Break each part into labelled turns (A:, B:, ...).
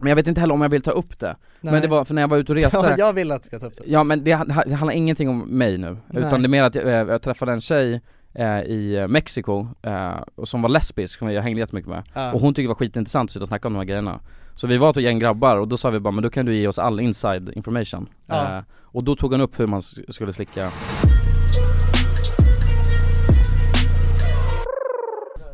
A: Men jag vet inte heller om jag vill ta upp det, men
B: Nej.
A: det var för när jag var ute och reste
B: Ja, jag vill att du ska ta upp det.
A: Ja men det, ha- det handlar ingenting om mig nu,
B: Nej.
A: utan det är mer att jag, eh, jag träffade en tjej eh, i eh, Mexiko, eh, och som var lesbisk, som jag hängde jättemycket med
B: Ja.
A: Och hon tyckte det var skitintressant att sitta och snacka om de här grejerna Så vi var ett gäng grabbar och då sa vi bara, men då kan du ge oss all inside information
B: Ja.
A: eh, Och då tog hon upp hur man s- skulle slicka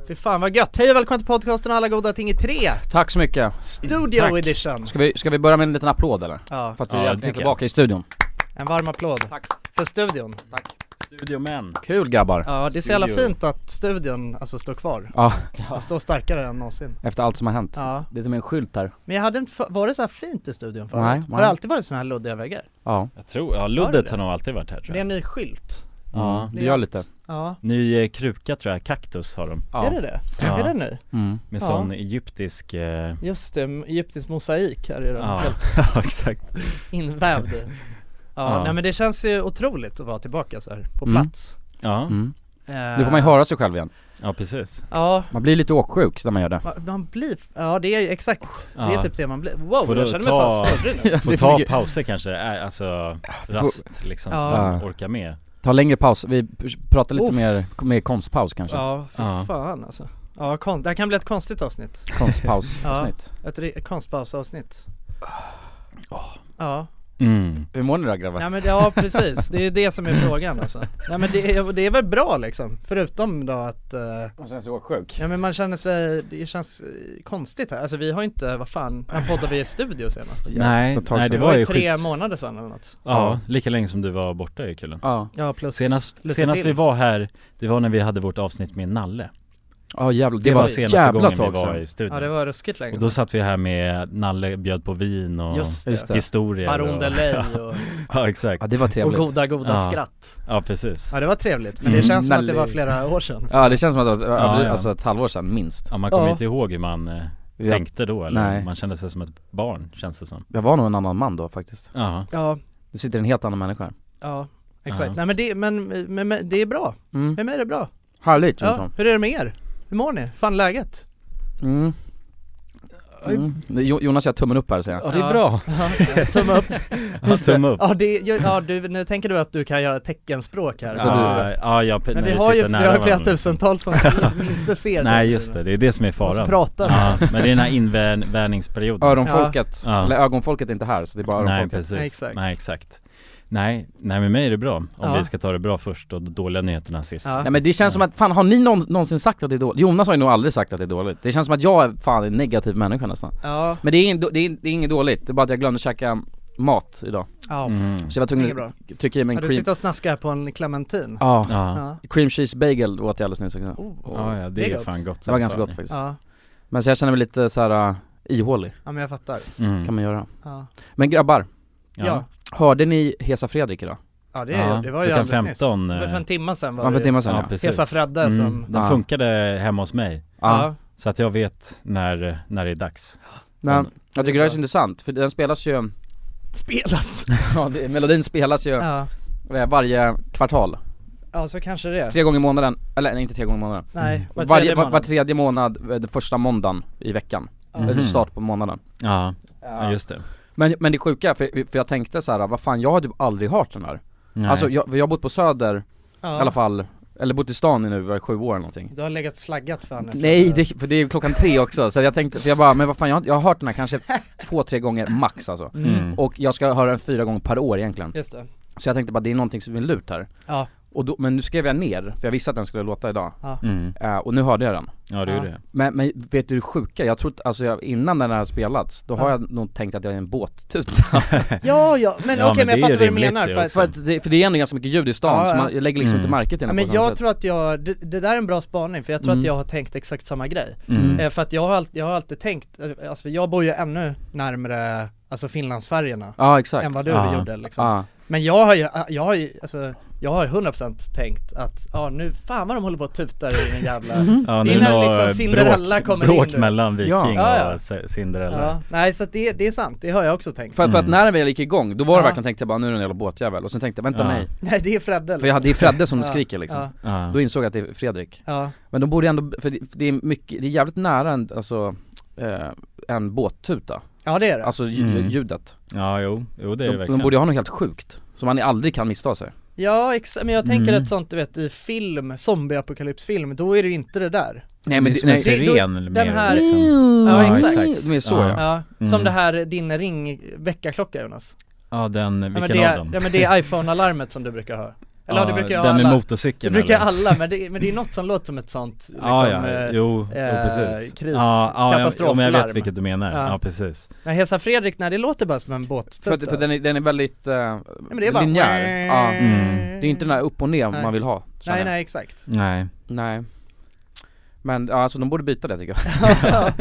B: Fy fan vad gött, hej och välkomna till podcasten Alla goda ting i tre,
A: Tack så mycket!
B: Studio
A: Tack.
B: edition!
A: Ska vi, ska vi börja med en liten applåd eller?
B: Ja,
A: För att vi
C: Ja,
A: äntligen
C: det
A: är
C: tycker jag.
A: tillbaka i studion
B: en varm applåd för studion.
C: Studiomän.
A: Kul grabbar!
B: Ja, det är så jävla
C: Studio.
B: fint att studion alltså står kvar.
A: Ja,
B: Den står starkare än någonsin.
A: efter allt som har hänt
B: Ja,
A: Det är till och med en skylt där
B: men jag hade inte, för- var det så här fint i studion förut?
A: Nej,
B: Har
A: nej.
B: det alltid varit såna här luddiga väggar?
A: Ja,
C: Jag tror, ja
B: Har
C: luddet
B: du
C: har nog alltid varit här tror
B: Det är
C: jag.
B: en ny skylt.
C: Ja.
A: det gör lite
B: Ja,
C: Ny eh, kruka tror jag, kaktus har de.
A: Ja,
B: är det det?
C: Ja.
B: Är det nu?
A: Mm.
C: Med
B: Ja.
C: sån egyptisk, eh,
B: Just det, egyptisk mosaik här är den
C: ja,
B: helt
C: ja exakt.
B: invävd i. Ja,
C: Ja.
B: nej men det känns ju otroligt att vara tillbaka så här på
A: Mm.
B: plats.
C: Ja,
A: Mm.
B: Eh,
A: Nu får man ju höra sig själv igen
C: ja precis.
B: Ja,
A: Man blir lite åksjuk när man gör det
B: Ma- Man blir, ja det är ju exakt, det är
C: Ja.
B: typ det man blir. Wow,
C: Får
B: jag
C: du
B: känner mig
C: ta-
B: fan snurrig nu.
C: Får
A: är
C: ta
A: mycket-
C: pauser kanske, eh, alltså rast liksom så
B: Ja.
C: man orkar med.
A: Ta längre paus, vi p- pratar lite
B: Uff.
A: mer, mer konstpaus kanske
B: Ja, för
C: Ja.
B: fan alltså. Ja, kon- det här kan bli ett konstigt avsnitt.
A: Konstpaus
B: Ja.
A: avsnitt
B: Ett ri- konstpausavsnitt. Ja,
C: Mm.
A: Hur mår ni då grabbar?
B: nej men ja precis, det är ju det som är frågan alltså. Nej men det är, det är väl bra liksom, förutom då att eh,
A: Man känner sig åksjuk
B: Ja men man känner sig, det känns eh, konstigt här, alltså vi har ju inte, vad fan, när poddade vi i studio senast?
C: Nej,
A: ett tag
C: nej
A: sedan.
C: det
B: det
C: var ju
B: tre
C: skit.
B: månader sedan eller något
C: Ja, lika länge som du var borta i kullen.
A: Ja,
B: Ja plus
C: Senast,
B: lite
C: senast
B: till.
C: vi var här, det var när vi hade vårt avsnitt med Nalle.
A: ja jävlar, det,
C: Det, var
A: var ett
C: senaste
A: jävla
C: gången vi
A: tag
C: var i
A: sedan
C: studion.
B: Ja det var ruskigt länge
C: Och då satt vi här med Nalle bjöd på vin och
B: Just
A: Just
B: det,
A: det.
C: historier
B: Baron
C: och-
B: Delay och,
C: Ja exakt,
A: Ja det var
B: och
A: trevligt
B: goda goda
C: Ja.
B: skratt
C: ja precis
B: Ja det var trevligt, men det
A: Mm.
B: känns som att det
A: Nelly.
B: var flera år sedan
A: Ja det känns som att det var
C: Ja, ja.
A: alltså ett halvår sedan minst
C: Ja man kommer
B: Ja.
C: inte ihåg hur man eh,
A: jag,
C: tänkte då eller?
A: Nej.
C: Man kände sig som ett barn känns det som
A: jag var nog en annan man då faktiskt
C: Ja,
B: Ja,
A: Det sitter en helt annan människa här.
B: ja, exakt.
C: Ja.
B: Nej men det, men, men, men det är bra,
A: mm.
B: med mig är det bra
A: Härligt känns
B: Ja,
A: det
B: hur är det med er? Hur mår ni? Fan läget?
A: som. mm. Mm. Jo- Jonas gör tummen upp här säger jag
B: det är bra. Ja, Tumme upp
C: ja, tumme upp
B: Ja det, ja du, nu tänker du att du kan göra teckenspråk här
A: Så
B: så du-
C: Ja, ja, jag,
B: Men
C: när
B: vi har ju
C: sitter
B: vi
C: nära
B: har ju flera
C: varandra.
B: tusentals som som inte ser
C: Nej just det, det är det som är
B: Bara
C: faran
B: pratar
C: Ja, men det är den här invärningsperioden
A: Öronfolket,
C: Ja.
A: eller ögonfolket är inte här så det är bara
C: Nej
A: öronfolket
C: precis,
B: Nej, exakt.
C: nej exakt Nej, nej med mig är det bra om
B: Ja.
C: vi ska ta det bra först och de dåliga nyheterna sist
B: Alltså, Ja.
A: Nej men det känns som att, fan har ni någon, någonsin sagt att det är dåligt? Jonas har ju nog aldrig sagt att det är dåligt Det känns som att jag är fan en negativ människa nästan
B: Ja,
A: Men det är, in, det, är, det är inget dåligt, det är bara att jag glömde käka mat idag
B: ja,
C: Mm.
A: Så jag var
B: inget
A: tvungen
B: bra
A: att trycka i mig
B: ja,
A: en
B: Du
A: cream,
B: sitter och snackar på en clementin
A: ja,
C: Ja.
B: Ja,
A: cream cheese bagel åt jag alldeles nyss också
B: oh.
C: Ja, ja, det,
B: Det är
C: är
B: gott.
C: fan gott
A: Det
C: som
A: var ganska
C: fan.
A: gott faktiskt
B: ja,
A: Men så jag känner mig lite så här äh, ihålig,
B: ja men jag fattar
C: mm.
A: kan man göra
B: Ja,
A: Men grabbar,
B: ja,
A: hörde ni Hesa Fredrik idag?
B: ja det,
C: Ja,
B: det var ju
C: klockan
B: alldeles nyss
C: 15,
B: Det var för en
C: eh,
B: timme sedan
A: Var
B: var
A: för
B: det
A: en timme
C: Ja,
A: sedan ja,
C: precis. Mm.
B: Hesa Fredde som
C: Den
A: Ja.
C: funkade hemma hos mig
A: ja.
B: Ja,
C: Så att jag vet när, när det är dags
A: Men jag tycker det här är
B: bra.
A: så intressant, för den spelas ju,
B: spelas
A: ja, det, melodin spelas ju
B: Ja,
A: eh, varje kvartal
B: ja så kanske det
A: Tre gånger i månaden, eller nej, inte tre gånger i månaden
B: Nej, var
A: Varje,
B: tredje
A: var, var
B: månad
A: tredje månad, eh, den första måndagen i veckan,
B: Ja.
A: eller start på månaden
C: Ja, ja just det
A: men, men det sjuka, för, för jag tänkte så här, vad fan jag har typ aldrig hört den här
C: Nej.
A: Alltså jag, jag har bott på söder
B: Ja.
A: i alla fall, eller bott i stan i nu i sju år eller någonting
B: Du har legat slaggat för henne
A: Nej, det, för det är klockan tre också, så jag tänkte, för jag bara, men vad fan, jag, har- jag har hört den här kanske två, tre gånger max alltså
C: Mm.
A: Och jag ska höra den fyra gånger per år egentligen
B: Just det,
A: Så jag tänkte bara, det är någonting som är lurt här
B: ja,
A: och då, Men nu skrev jag ner, för jag visste att den skulle låta idag,
C: Mm.
A: Eh, och nu hörde jag den
C: Ja det är
B: Ja.
C: ju det
A: men, men vet du det sjuka? Jag tror att- alltså jag, innan den här spelats, då har
B: Ja.
A: jag nog tänkt att jag är en båttuta
B: ja, ja men
C: Ja,
B: okej men jag
C: men det
B: fattar
C: är ju
B: vad du
C: rimligt
B: menar
C: ju
B: för,
C: också.
A: för, att det, för det är ändå ganska mycket ljud i stan,
B: Ja,
A: så
B: ja.
A: man jag lägger liksom
C: Mm.
A: inte märke till
B: Ja,
A: den
B: men
A: på samma
B: jag
A: sätt.
B: tror att jag, det, det där är en bra spaning för jag tror att
A: Mm.
B: jag har tänkt exakt samma grej
C: Mm.
B: eh, För att jag har, alltid, jag har alltid tänkt, eh, alltså för jag bor ju ännu närmare, alltså Finlandsfärjorna
A: Ja
B: än
A: exakt,
B: vad du
C: Ja.
B: gjorde liksom
A: ja,
B: Men jag har ju, jag har ju, alltså jag har ju 100% tänkt att, ja nu, fan vad de håller på och tutar i min jävla
C: Ja,
B: Det är
C: nu
B: när
C: har
B: liksom Cinderella
C: bråk,
B: kommer in
C: bråk
B: nu.
C: mellan Viking
A: Ja.
B: Ja, ja.
C: och C- Cinderella
B: ja. Nej så att det, det är sant, det har jag också tänkt
A: för, för att när den väl gick igång, då var det
B: Ja.
A: verkligen tänkt jag bara nu är det en jävla båtjävel, och sen tänkte jag vänta
C: Ja.
A: nej
B: Nej det är Fredde
A: För jag hade ju Fredde som
B: Ja,
A: skriker liksom,
B: ja,
C: Ja.
A: då insåg jag att det är Fredrik
B: ja,
A: Men de borde ändå, för det, för det är mycket, det är jävligt nära en, alltså, eh, en båttuta
B: Ja det är det.
A: Alltså lju-
C: Mm.
A: ljudet.
C: Ja, jo, jo det är det
A: De, de
C: verkligen.
A: borde ju ha något helt sjukt, som man aldrig kan missta sig.
B: Ja exakt, men jag tänker
C: Mm.
B: att sånt du vet i film, zombieapokalypsfilm, då är det ju inte det där.
A: Nej men det,
C: det
A: nej.
C: är
A: Mm.
C: som en
B: det- då-
C: siren
B: den
C: mer,
B: här-
C: liksom.
B: Ja,
A: Ja,
B: exakt.
A: exakt. Men så
C: Ja.
A: ja.
B: Ja, som
C: Mm.
B: det här din ring väckarklocka Jonas.
C: Ja den,
B: Ja, men
C: vilken
B: det,
C: av dem?
B: är- ja men det är iPhone-alarmet som du brukar ha. Eller ja, det brukar jag ha
C: Den med
B: alla. Det
C: motorcykeln
B: brukar
C: eller?
B: alla, men det, men det är något som låter som ett sånt liksom,
C: Ja, ja,
B: eh,
C: jo, jo
B: eh,
C: precis.
B: kris-
C: ja, ja, jag- ja, men jag
B: katastroflarm.
C: vet vilket du menar.
B: Ja.
C: Ja, precis.
B: Ja, Hesa Fredrik, nej det låter bara som en båtstutt
A: För, att- för den, är, den är väldigt eh,
B: men det är bara
A: linjär. Ja.
C: Mm.
A: Det är inte den här upp och ner
B: Nej.
A: man vill ha. känner
B: Nej
A: jag.
B: nej exakt
C: Nej,
A: Nej. Men ja, alltså de borde byta det tycker jag.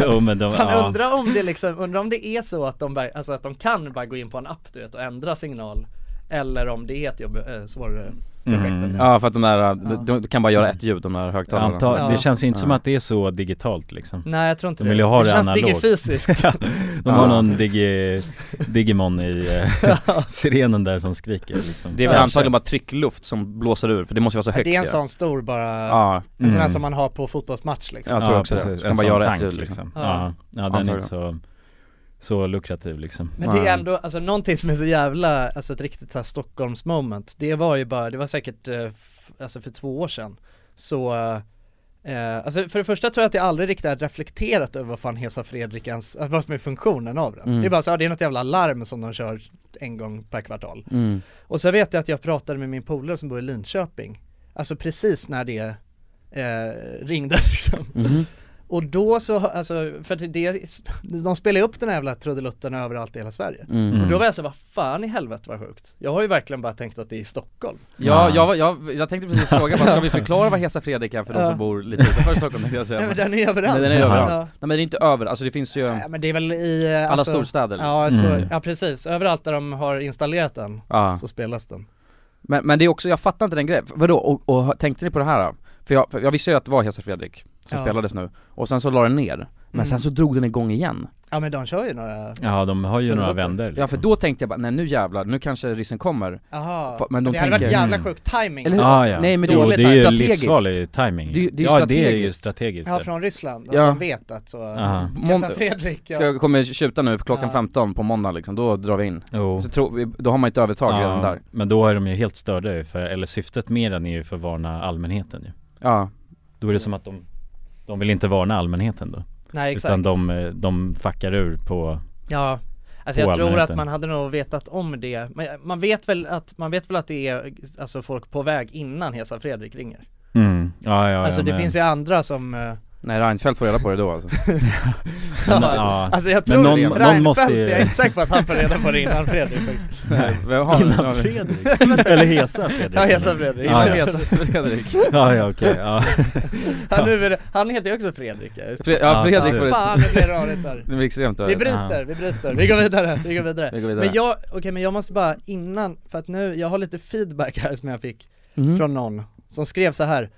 C: jo men de,
B: Fan
C: ja.
B: undra om det liksom, undra om det är så att de bara, alltså att de kan bara gå in på en app du vet och ändra signal Eller om det är ett jobb, eh, svårare projekt
C: Mm.
B: mm.
A: Ja för att de där, eh, de, de kan bara göra ett ljud de där högtalarna.
C: Anta,
B: Ja.
C: Det känns inte som
A: Ja. Mm.
C: att det är så digitalt liksom.
B: Nej jag tror inte
C: De
B: det,
C: vill ju ha
B: det
C: det
B: känns
C: analogt.
B: digifysiskt
C: De har
A: Ja.
C: någon digi, Digimon i eh, sirenen där som skriker liksom.
A: Det är väl
C: Kanske.
A: antagligen bara tryckluft som blåser ur för det måste ju vara så högt
B: Det är en
A: ju.
B: sån stor bara,
A: Ja,
B: en sån här
C: Mm.
B: som man har på fotbollsmatch liksom
A: jag tror också det.
C: precis.
A: Kan
C: En
A: bara
C: sån
A: göra ett
C: tank
A: ljud,
C: liksom.
B: liksom.
C: Ja, ja den är
A: Antagligen.
C: inte så, så lukrativ liksom.
B: Men det är
A: Nej.
B: ändå, alltså någonting som är så jävla, alltså ett riktigt såhär Stockholms moment Det var ju bara, det var säkert, eh, f- alltså för två år sedan Så, eh, alltså för det första tror jag att jag aldrig riktigt har reflekterat över vad fan Hesa Fredrik ens, alltså vad som är funktionen av den
A: Mm.
B: Det är bara så, ja, det är något jävla larm som de kör en gång per kvartal
A: Mm.
B: Och så vet jag att jag pratade med min polare som bor i Linköping Alltså precis när det eh, ringde liksom
A: Mhm.
B: Och då så, alltså, för att det, de spelar ju upp den här jävla trudelutten överallt i hela Sverige
A: Mm.
C: Mm.
B: och då var jag så här, vad fan i helvete vad sjukt. Jag har ju verkligen bara tänkt att det är i Stockholm.
A: Ja,
C: Ja.
A: jag, var- jag, jag tänkte precis fråga, vad ska vi förklara vad Hesa Fredrik är för de
B: Ja.
A: som bor lite utanför Stockholm tänkte jag säga.
B: Nej
A: Men, nej
B: men den är överallt.
A: Men den är
C: överallt.
A: men det är inte över, alltså det finns ju
B: Ja.
A: alla
B: Nej, men det är väl i... eh, Alltså,
A: storstäder.
B: Ja, alltså,
C: Mm.
B: ja precis, överallt där de har installerat den
A: Ja.
B: så spelas den.
A: Men, men det är också, jag fattar inte den grejen. Vadå, och, och tänkte ni på det här? då? För jag, för jag visste ju att det var Hesa Fredrik som
B: Ja.
A: spelades nu, och sen så la den ner. Men
B: Mm.
A: sen så drog den igång igen.
B: Ja men de kör ju några,
C: Ja de har ju
B: Så
C: några
B: låter-
C: vänder liksom.
A: Ja för då tänkte jag bara, nej nu jävlar, nu kanske ryssen kommer.
B: jaha.
A: Fa- men de
B: det hade varit
A: tänker-
B: jävla
C: Mm.
B: sjuk timing
A: Eller hur?
C: Ja, Ah, ja.
A: Nej, men det
C: jo,
A: är
C: det
A: ju
C: är ju
A: strategiskt.
C: livsfarlig timing.
A: Det är ju- det är ju
C: ja det är ju
A: strategiskt.
C: strategiskt.
B: Ja
C: det.
B: från Ryssland,
A: Ja.
B: att de vet att så...
C: Aha.
B: Hesa
A: Månd-
B: Fredrik,
A: Ska
B: ja.
A: jag kommer tjuta nu klockan
B: Ja.
A: 15 på måndag liksom, då drar vi in.
C: Jo.
A: Så tro, vi- då har man ett övertag
C: Ja,
A: redan där.
C: Men då är de ju helt störda ju för, eller syftet med den är ju för att varna allmänheten ju.
A: Ja,
C: Då är det som att de, de vill inte varna allmänheten då.
B: Nej exakt.
C: Utan de, eh, de fuckar ur på,
B: Ja, alltså
C: På
B: jag tror att
C: allmänheten.
B: man hade nog vetat om det. Men man vet väl att, man vet väl att det är alltså folk på väg innan Hesa Fredrik ringer.
C: mm, ja, ja,
B: alltså
C: ja,
B: det
C: men,
B: finns ju andra som, eh,
A: nej Reinfeldt får reda på det då alltså.
C: men, ja,
B: alltså jag tror
C: någon-
B: det.
C: någon
B: Reinfeldt,
C: måste ju-
B: jag är inte säker på att han får reda på det innan Fredrik faktiskt.
A: Nej, vi har,
C: Innan Fredrik? Eller Hesa Fredrik?
B: Ja Hesa Fredrik,
C: Ja,
B: Innan
C: ja.
B: Hesa-
A: Fredrik.
C: Ja, ja okej, ja.
B: Ja, nu är det, han heter ju också Fredrik ja, just det.
A: Fre- ja, Fredrik får det.
B: Fan det blir rörigt där.
A: Det blir extremt
B: Vi
A: rörigt.
B: bryter, vi bryter, vi går vidare, vi går vidare.
A: Vi går vidare.
B: Men jag, okej men jag måste bara innan, för att nu, jag har lite feedback här som jag fick
A: Mhm.
B: från någon som skrev så här.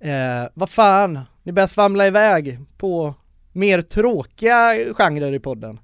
B: Eh, vad fan, ni börjar svamla iväg på mer tråkiga genrer i podden.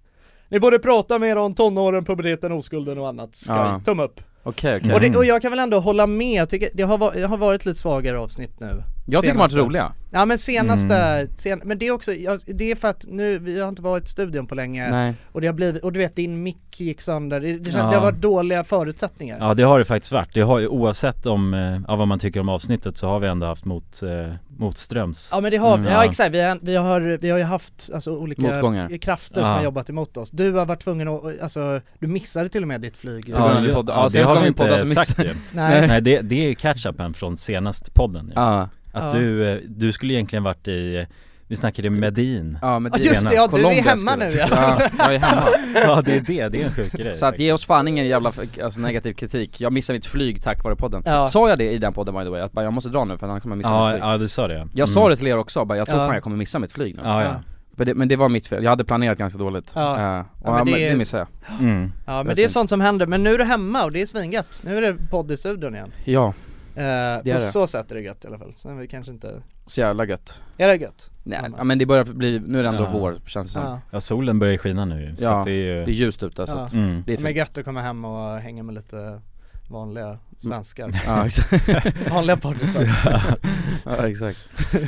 B: Ni borde prata mer om tonåren, puberteten, oskulden och annat. Skoj,
A: Ja.
B: tumme upp.
A: Okej okej.
B: Och,
C: Mm.
B: det, och jag kan väl ändå hålla med, jag tycker, det har, va- det har varit lite svagare avsnitt nu.
A: Jag tycker de har varit
B: Senaste.
A: roliga.
B: Ja men senaste, sen, men det är också, jag, det är för att nu, vi har inte varit i studion på länge
A: Nej.
B: och det har blivit, och du vet din mick gick sönder, det, det, känns,
C: Ja.
B: det har varit dåliga förutsättningar.
C: ja det har det faktiskt varit. Det har ju oavsett om, eh, ja, vad man tycker om avsnittet så har vi ändå haft mot, eh, motströms
B: Ja men det har vi,
C: Mm.
B: ja
C: Ja.
B: exakt, vi har, vi har, vi har ju haft alltså, olika
A: Motgångar.
B: krafter som
C: Ja.
B: har jobbat emot oss. Du har varit tvungen att, alltså, du missade till och med ditt flyg.
A: Ja, men vi
C: det-
A: poddar- ja,
C: det
A: senast
C: har
A: gången vi
C: inte
A: poddade så miss-
C: sagt ju.
B: Nej.
C: Nej det, det är ju catch-upen från senast podden ju.
A: Ja.
C: Att
B: Ja.
C: du, eh, du skulle egentligen varit i, eh, vi snackade Medin
A: Ja men
B: Ja just det, ja, du är
A: Colombia
B: hemma nu
A: skulle-
B: ja.
A: Ja, jag är hemma.
C: Ja det är det, det är en sjuk grej
A: Så att ge oss fan ingen jävla alltså, negativ kritik, jag missar mitt flyg tack vare podden.
B: Ja.
A: Sa jag det i den podden by the way, att bara, jag måste dra nu för annars kommer jag missa mitt
C: ja, Mm.
A: flyg?
C: ja du sa det
A: Jag sa det till er också, bara, jag tror
B: Ja.
A: fan jag kommer missa mitt flyg nu.
C: Ja ja,
A: Men, det, men det var mitt fel, jag hade planerat ganska dåligt.
B: Ja.
A: Eh, och
B: men
A: ja, men
B: det-
A: det... missade jag.
C: mm.
B: Ja men
A: Jag
B: det är
A: tänkte-
B: sånt som händer, men nu är du hemma och det är svingött. Nu är det podd i studion igen.
A: Ja,
B: Eh, på
A: det.
B: så sätt är det gött i alla fall, sen är vi kanske inte,
A: så jävla gött.
B: är det gött?
A: Nej,
B: Ja, men-
A: ja, men det börjar bli, nu är det ändå
C: Ja.
A: vår känns det som.
B: Ja.
C: ja solen börjar skina nu ju, så
A: Ja.
C: att det är
A: Det är
C: ju
A: ljust ute så
B: Ja.
A: att
C: mm.
A: det är
B: Men
A: fint.
B: gött att komma hem och hänga med lite vanliga svenskar
A: Ja exakt,
B: Vanliga partysvenskar
A: ja, exakt.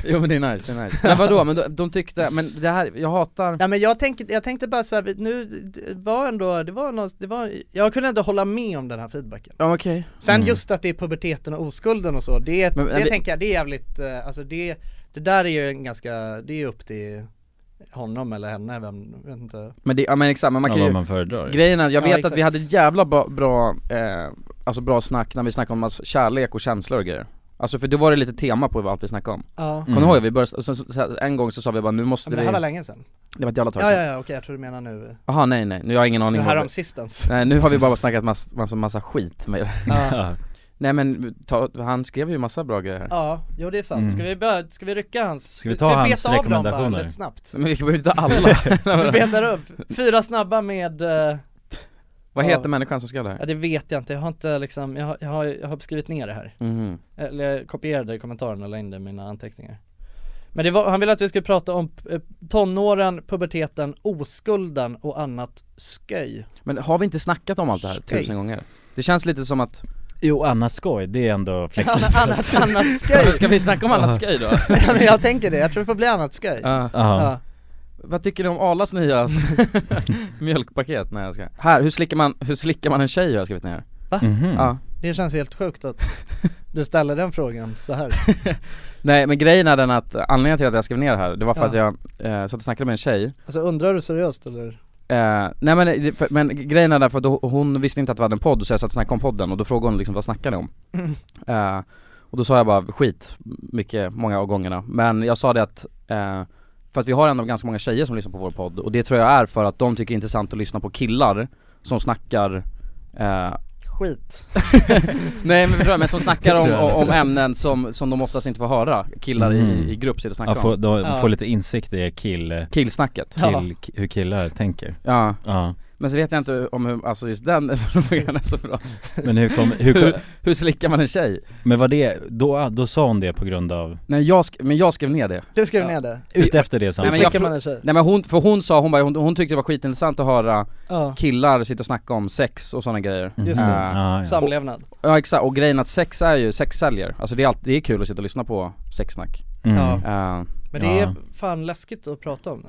A: Jo men det är nice, det är nice Men vadå, men de, de tyckte, men det här, jag hatar
B: Nej men jag tänkte, jag tänkte bara såhär, nu det var ändå, det var något, det var, jag kunde ändå hålla med om den här feedbacken
A: Ja okej
B: Sen
C: Mm.
B: just att det är puberteten och oskulden och så, det,
A: Men-
B: det
A: men det-
B: tänker jag, det är jävligt, eh, alltså det, det där är ju en ganska, det är ju upp till honom eller henne, vem, jag vet inte
A: Men det, ja men exakt, men man
C: Man
A: kan
C: ja,
A: ju
C: vad man föredrar
A: Grejen är, jag
B: Ja,
A: vet att vi
B: exakt.
A: hade ett jävla bra, bra eh, alltså bra snack när vi snackade om alltså, kärlek och känslor och grejer Alltså för då var det lite tema på allt vi snackade om
B: Ja,
A: Kommer du ihåg? Vi började, så, så, så, en gång så sa vi bara nu måste
B: men det
A: vi
B: här var länge sedan
A: Det var ett jävla tag
B: Ja
A: sedan
B: ja ja, okej jag tror du menar nu,
A: Jaha nej nej, nu har jag ingen
B: nu
A: aning om
B: härom sistens
A: Nej nu har vi bara snackat massa, massa, massa skit med det
B: ja.
C: Ja.
A: Nej men ta, han skrev ju massa bra grejer här
B: ja, jo det är sant,
C: Mm.
B: ska vi börja, ska vi rycka hans, ska
C: vi ta hans
B: beta av dem bara
C: rekommendationer?
B: Lite snabbt
A: Men vi behöver inte ta alla
B: Vi betar upp, fyra snabba med, eh,
A: Vad
B: Ja.
A: heter människan som skrev det
B: ja
A: här?
B: det vet jag inte, jag har inte liksom, jag har, jag har, jag har skrivit ner det här
A: Mhm.
B: Eller jag kopierade kommentaren och la in det i mina anteckningar Men det var, han ville att vi skulle prata om eh, tonåren, puberteten, oskulden och annat sköj
A: Men har vi inte snackat om allt det här
B: Okej.
A: tusen gånger? Det känns lite som att,
C: Jo annars skoj, det är ändå flexibelt
B: Anna- Annat, annat
A: Ja,
B: sköj!
A: ska vi snacka om annat skoj då?
B: Ja, men jag tänker det, jag tror det får bli annat sköj
A: Ja.
C: Ja,
B: Ja.
A: Vad tycker du om Arlas nya s- mjölkpaket? Nej jag ska. Här, hur slickar man, hur slickar man en tjej har jag skrivit ner?
C: Mhm.
A: Ja.
B: Det känns helt sjukt att du ställer den frågan så här.
A: Nej men grejen är den att, anledningen till att jag skrev ner det här, det var för
B: Ja.
A: att jag eh, satt och snackade med en tjej
B: Alltså undrar du seriöst eller?
A: Eh, nej men, det- för, men grejen är därför att då- hon visste inte att vi hade en podd så jag satt och snackade om podden och då frågade hon liksom vad snackar ni om? Eh, och då sa jag bara skit, mycket, många av gångerna. Men jag sa det att, eh, för att vi har ändå ganska många tjejer som lyssnar på vår podd och det tror jag är för att de tycker det är intressant att lyssna på killar som snackar eh,
B: Skit.
A: Nej men, förstår du, men som snackar om, om, om ämnen som, som de oftast inte får höra, killar
C: Mm.
A: i, i grupp sitter och snackar
C: ja få,
A: om
C: då,
B: Ja.
C: få lite insikt i kill,
A: Killsnacket,
B: Ja.
C: kill, hur killar tänker
A: ja.
C: Ja,
A: Men så vet jag inte om hur, alltså just den frågan är så bra
C: men hur kom, hur kom
A: hur, hur slickar man en tjej?
C: men var det, då, då sa hon det på grund av,
A: Nej jag, sk- men jag skrev ner det
B: Du skrev
A: Ja.
B: ner det?
C: ute efter det
A: Nej,
C: samtalet?
A: men jag
B: Slickar
A: frå-
B: man en tjej?
A: Nej men hon, för hon sa, hon, bara, hon, hon tyckte det var skitintressant att höra
B: Ja,
A: killar sitta och snacka om sex och sådana grejer
B: Just det.
A: Ja.
C: Mm. Ja, ja.
B: samlevnad.
A: Ja exakt, och grejen att sex är ju, sex säljer, alltså det är, alltid, det är kul att sitta och lyssna på sexsnack
C: Mm.
B: Ja.
A: Eh,
B: Men det är
C: Ja.
B: fan läskigt att prata om det.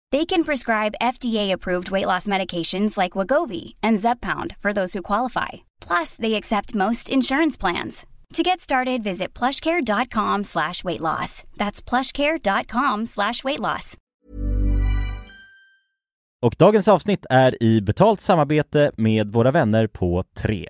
D: They can prescribe FDA-approved weight loss medications like Wagovi and Zepbound for those who qualify. Plus, they accept most insurance plans. To get started, visit plushcare.com slash weight loss. That's plushcare.com slash weight loss.
C: Och dagens avsnitt är i betalt samarbete med våra vänner på 3.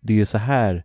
C: det är ju så här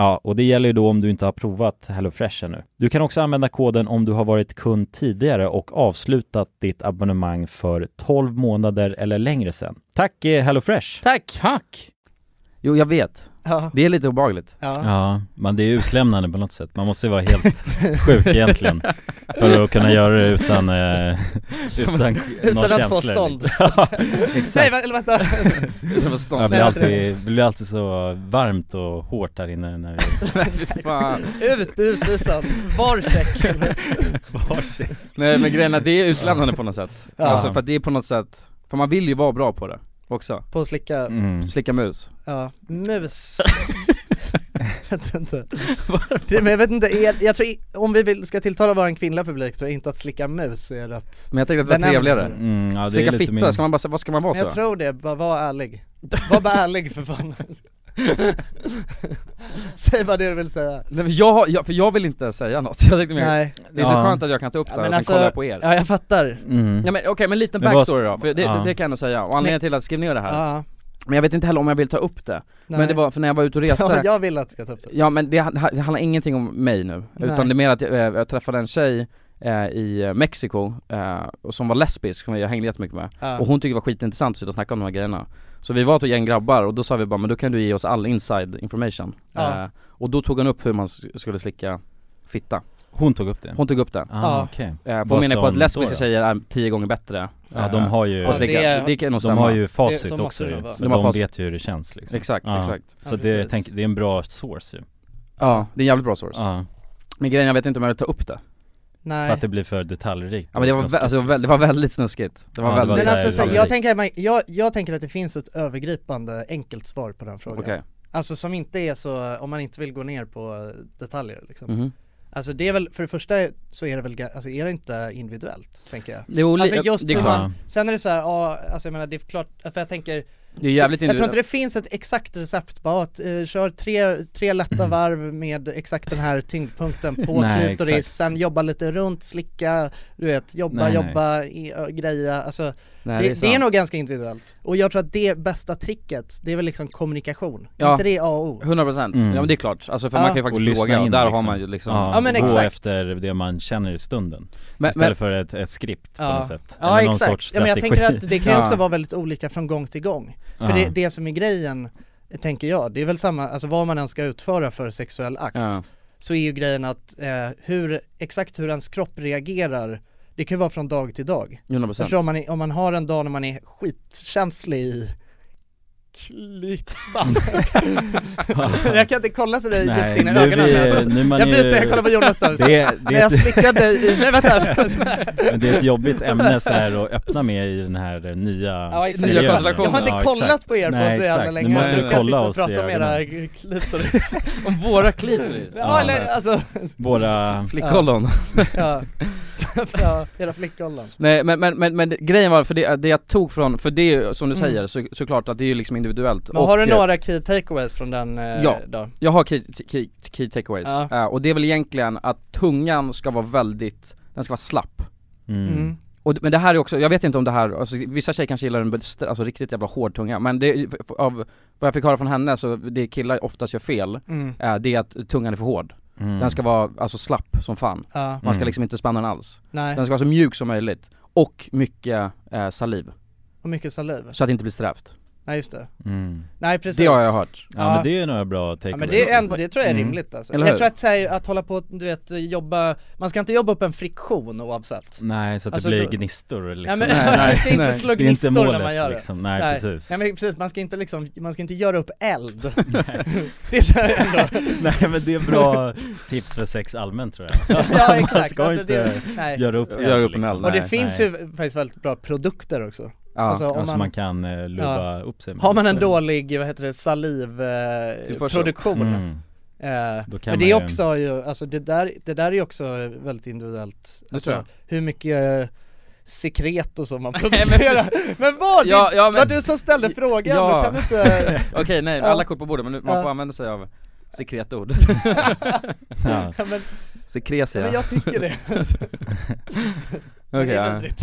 C: Ja, och det gäller ju då om du inte har provat HelloFresh ännu. Du kan också använda koden om du har varit kund tidigare och avslutat ditt abonnemang för 12 månader eller längre sedan. Tack eh, HelloFresh!
B: Tack!
A: Tack! Jo jag vet,
B: Ja.
A: det är lite obehagligt
B: Ja.
C: Ja, men det är utlämnande på något sätt. Man måste ju vara helt sjuk egentligen för att kunna göra det utan, eh, utan, några
B: Utan att
C: känslor. liksom.
B: få stånd.
C: ja,
B: Nej
C: exakt.
B: vä- eller vänta.
C: Det blir
B: Nej,
C: alltid, det blir alltid så varmt och hårt här inne när vi...
A: Fan.
B: Ut, utvisad. Var check.
A: Nej men grejen är att det är utlämnande på något sätt
B: Ja.
A: Alltså för att det är på något sätt, för man vill ju vara bra på det också
B: På att slicka,
C: Mm.
A: Slicka mus
B: ja, mus. Jag vet inte. Det, men jag vet inte, jag, jag tror, i- om vi vill, ska tilltala vår kvinnliga publik tror jag inte att slicka mus är rätt.
A: Men jag tänkte att det var
B: Benämning.
A: trevligare
C: Mm, ja, det är
A: Slicka
C: lite
A: fitta,
C: min...
A: ska man bara, vad ska man vara
B: Men jag
A: så?
B: tror det, bara var ärlig. Var bara ärlig för fan. Säg bara det du vill säga.
A: Nej men jag, har- jag, för jag vill inte säga något, jag tänkte mer,
B: Nej.
A: det är så
C: Ja.
A: skönt att jag kan ta upp det
B: Ja,
A: här
B: men
A: och sen
B: alltså-
A: kolla jag på er
B: Ja jag fattar.
C: Mm.
A: Ja men okej, men liten
C: Men vad
A: backstory då, för det,
C: Ja.
A: det, det kan jag ändå säga, och anledningen till att jag skrev ner det här
B: Ja.
A: Men jag vet inte heller om jag vill ta upp det,
B: nej.
A: men det var för när jag var ute och reste
B: Ja, jag vill att du ska ta upp det.
A: Ja men det, han- det handlar ingenting om mig nu,
B: Nej.
A: utan det är mer att jag, eh, jag träffade en tjej eh, i eh, Mexiko, eh, och som var lesbisk, som jag hängde jättemycket med
B: Ja.
A: Och hon tyckte det var skitintressant att sitta och snacka om de här grejerna Så vi var ett gäng grabbar och då sa vi bara, men då kan du ge oss all inside information
B: Ja.
A: eh, Och då tog hon upp hur man s- skulle slicka fitta
C: Hon tog upp det?
A: Hon tog upp det,
C: ah,
B: Ja.
C: okej.
A: eh, för
C: Vad
A: hon menar
C: sa
A: på att
C: hon
A: lesbiska
C: då, då?
A: tjejer är tio gånger bättre Eh,
C: Ja, de har ju,
A: och
B: Ja, det-
A: slicka, det, kan nog
C: de
A: stämma
C: har ju facit
B: Det- så måste
C: också
B: det
C: ju,
B: vara.
C: för
A: De har
C: de
A: facit.
C: vet ju hur det känns liksom
A: Exakt,
C: Ja.
A: exakt
C: Så
B: Ja,
C: det, jag
B: precis.
C: tänker, det är en bra source ju
A: Ja, det är en jävligt bra source
C: Ja,
A: Men grejen jag vet inte om jag vill ta upp det
C: för
B: Nej.
C: att det blir för detaljrikt
A: Ja men det var, vä-
C: Snuskigt,
A: alltså, vä- det
C: liksom.
A: var väldigt snuskigt Det var
C: Ja, det
A: väldigt
C: var
B: Men
C: så här,
B: alltså, så,
C: sannolikt.
B: jag, tänker, att man- jag, jag tänker att det finns ett övergripande enkelt svar på den frågan.
A: Okej,
B: Alltså som inte är så, om man inte vill gå ner på eh, detaljer liksom.
A: mhm
B: Alltså det är väl, för det första så är det väl, ga- alltså är det inte individuellt, tänker jag.
A: Jo, li-
B: Alltså just
A: det är
B: hur
A: klart.
B: man, sen är det så här, ja, alltså jag menar det är klart, för jag tänker
A: Det är jävligt
B: Jag tror inte
A: individuellt
B: det finns ett exakt recept, bara att eh, kör tre, tre lätta varv med exakt den här tyngdpunkten på
C: Nej,
B: klitoris,
C: exakt.
B: sen jobba lite runt, slicka, du vet, jobba,
C: Nej, nej.
B: jobba, i, ö, greja, alltså
A: Nej,
B: det, det, är
A: sant.
B: nog ganska individuellt. Och jag tror att det bästa tricket, det är väl liksom kommunikation,
A: Ja.
B: inte det A och O?
A: 100% procent,
C: Mm.
A: ja men det är klart, alltså för
B: Ja.
A: man kan ju
C: Och
A: faktiskt
C: lyssna
A: fråga
C: in
A: och där
C: liksom.
A: har man ju liksom
C: Ja,
B: Ja, men
C: gå
B: exakt.
C: efter det man känner i stunden
A: men,
C: Istället
A: men,
C: för ett, ett skript på
B: Ja.
C: något sätt
B: Ja
C: Eller någon
B: exakt,
C: sorts
B: ja, men jag tänker
C: strategi.
B: att det kan ju också
A: Ja.
B: vara väldigt olika från gång till gång. För
C: Ja.
B: det, det som är grejen, eh, tänker jag, det är väl samma, alltså vad man än ska utföra för sexuell akt
A: ja.
B: så är ju grejen att eh, hur, exakt hur ens kropp reagerar det kan ju vara från dag till dag.
A: 100%
B: Förstår om man, är, om man har en dag när man är skitkänslig i klittan. jag kan inte kolla så där djupt
C: Nej,
B: in i
C: nu är
B: ögonen.
C: vi,
B: alltså.
C: nu är man
B: Jag
C: ju,
B: byter, jag kollar på Jonas där.
C: det, är-
B: Men
C: det, är
B: jag
C: ett,
B: slickade i, nej vänta.
C: men det är ett jobbigt ämne så här att öppna med i den här eh, nya
B: Ja, exakt.
C: miljön.
A: Nya konstellationen.
B: Jag har inte
C: Ja, exakt.
B: kollat på er på
C: Nej,
B: så jävla
C: exakt.
B: länge.
C: Nu måste
B: så
C: vi
B: jag ska
C: kolla
B: sitta och
C: oss i
B: prata om era klitoris.
A: Om våra klitoris?
B: ja eller alltså,
C: Våra, mm.
A: Flickkollon
B: ja. ja, era flickkollon.
A: Nej men, men, men, men det- grejen var, för det, det jag tog från, för det är ju som du
B: Mm.
A: säger så, såklart att det är ju liksom individuellt
B: Men har du
A: eh,
B: några key takeaways från den eh,
A: Ja.
B: då?
A: Jag har key, key, key takeaways,
B: Ja.
A: Eh, och det är väl egentligen att tungan ska vara väldigt, den ska vara slapp
C: mm.
B: Mm.
A: Och, d- men det här är också, jag vet inte om det här, alltså, vissa tjejer kanske gillar en best- alltså, riktigt jävla hård tunga, men det, f- f- av vad jag fick höra från henne så det killar oftast gör fel,
B: Mm.
A: eh, det är att tungan är för hård.
C: Mm.
A: Den ska vara alltså slapp som fan,
B: Ja,
A: man ska
C: Mm.
A: liksom inte spänna den alls.
B: nej.
A: Den ska vara så mjuk som möjligt, och mycket eh, saliv,
B: Och mycket saliv.
A: så att det inte blir strävt.
B: Nej just det.
C: mm.
B: Nej precis.
A: Det har jag hört.
C: Ja, men det är ju några bra
B: Ja,
C: takeaways
B: men det, är ändå, det tror jag är
C: Mm.
B: rimligt alltså.
A: Eller
B: Jag
A: hur?
B: tror att, så här, att hålla på, du vet, jobba, man ska inte jobba upp en friktion oavsett.
C: Nej, så att
B: Alltså,
C: det blir
B: då-
C: gnistor liksom
B: Ja, men,
A: Nej,
B: man
A: nej,
B: ska inte
A: nej.
B: slå gnistor när man gör det.
C: liksom. nej,
B: Nej.
C: precis
B: Ja, men precis, man ska inte liksom, man ska inte göra upp eld. det tror jag ändå.
C: Nej men det är bra tips för sex allmänt tror jag
B: ja
C: Man
B: exakt.
C: ska
B: Alltså, det,
C: inte
B: nej.
C: göra upp liksom.
A: Göra upp en eld,
B: Och det
A: nej,
B: finns ju faktiskt väldigt bra produkter också.
A: Ja.
B: Alltså, om
C: Alltså
B: man,
C: man kan eh, lubba upp sig med
B: har man en
C: så-
B: dålig, vad heter det, salivproduktion eh,
A: Tillförsel.
B: produktion,
C: mm.
B: Eh,
C: Då kan
B: men
C: man
B: det är
C: ju-
B: också ju, alltså det där, det där är ju också väldigt individuellt alltså,
A: tror jag.
B: Hur mycket eh, sekret och så man producerar Men var det,
A: Ja, ja, men-
B: var du som ställde frågan?
A: Ja.
B: Då kan vi inte...
A: Okej nej, alla kort på bordet men nu, man
B: Ja.
A: får använda sig av sekretord.
C: ja.
B: Ja, men,
A: Sekret
B: men
A: säger jag.
B: jag tycker det
A: Okej,
B: Det är
A: ja.
B: vidrigt.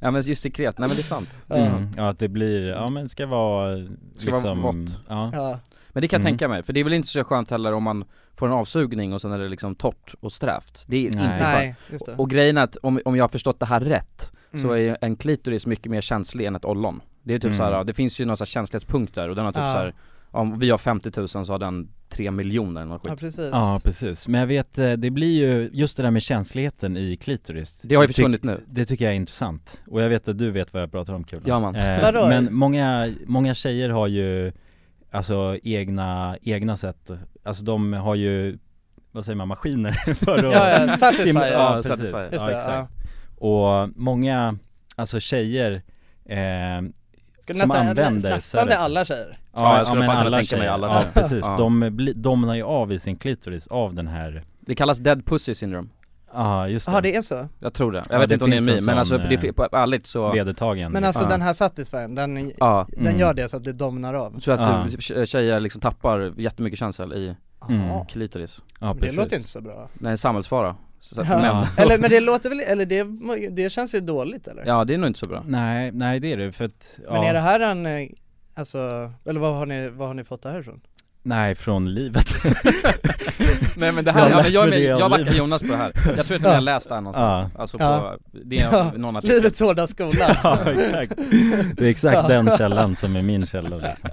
A: ja men just sekret, nej men det är sant. Det är sant.
C: Mm. ja, att det blir, ja men det ska vara liksom-
A: Ska vara vått.
C: ja.
B: ja.
A: Men det kan jag
C: Mm.
A: tänka mig, för det är väl inte så skönt heller om man får en avsugning och sen är det liksom torrt och strävt. Det är
C: Nej.
A: inte skönt.
B: Nej, just det
A: Och grejen är att om, om jag har förstått det här rätt, så är
B: Mm.
A: ju en klitoris mycket mer känslig än ett ollon. Det är typ
C: Mm.
A: så här, det finns ju några så här känslighetspunkter och den har typ
B: Ja.
A: så här om vi har 50 000 så har den 3 miljoner eller något skit.
B: Ja precis.
C: Ja precis, men jag vet, eh, det blir ju just det där med känsligheten i klitoris
A: Det har ju
C: Tyck-
A: försvunnit nu.
C: Det tycker jag är intressant, och jag vet att du vet vad jag pratar om Kulan
A: Ja, man.
B: Vadå?
C: Men många, många tjejer har ju Alltså egna, egna sätt, alltså de har ju Vad säger man, maskiner för att
B: Ja, ja, satisfy, ja.
C: ja,
A: Satisfy.
C: precis,
A: Just
B: det,
C: ja, exakt. Och många, alltså tjejer eh,
B: Skulle
C: som
B: nästan,
C: använder
B: nästan
C: sätt-
B: säga alla tjejer.
A: Ja, jag skulle fan kunna tänka mig
C: tjejer.
A: alla
C: Ja
A: tjejer.
C: precis,
A: Ja.
C: de bli- domnar ju av i sin klitoris av den här
A: Det kallas dead pussy syndrome,
C: Ja just det,
B: Ja det är så.
A: jag tror det. Jag
C: Ja,
A: vet
C: det
A: inte om det är
C: finns en
A: min, men alltså
C: sån,
A: det
C: eh,
A: är på ärligt så,
C: vedertagen
B: Men alltså
A: Ja.
B: den här satisfyern, den,
A: ja.
B: den
C: Mm.
B: gör det så att det domnar av.
A: Så att
C: Ja.
A: eh, tjejer liksom tappar jättemycket känsel i
C: Mm.
B: Ja.
A: klitoris.
C: Ja
B: Men det
C: precis
B: låter inte så bra.
A: Det är en samhällsfara. Så, så,
B: Ja.
A: men,
B: Eller men det låter väl, eller det, det känns ju dåligt eller?
A: ja det är nog inte så bra.
C: Nej, nej det är det för att, ja,
B: Men är det här en, eh, alltså, eller vad har ni, vad har ni fått det här ifrån?
C: nej från livet
A: Nej men det
C: Jag har
A: här, ja,
C: lärt
A: men jag, är
C: mig
A: med,
C: det av
A: jag backar
C: livet.
A: Jonas på det här. Jag tror att jag har läst det här någonstans, alltså på,
B: Ja.
A: det är
B: Ja.
A: någon artikel
B: Livets hårda skola.
C: Ja exakt, det är exakt den källan som är min källa liksom.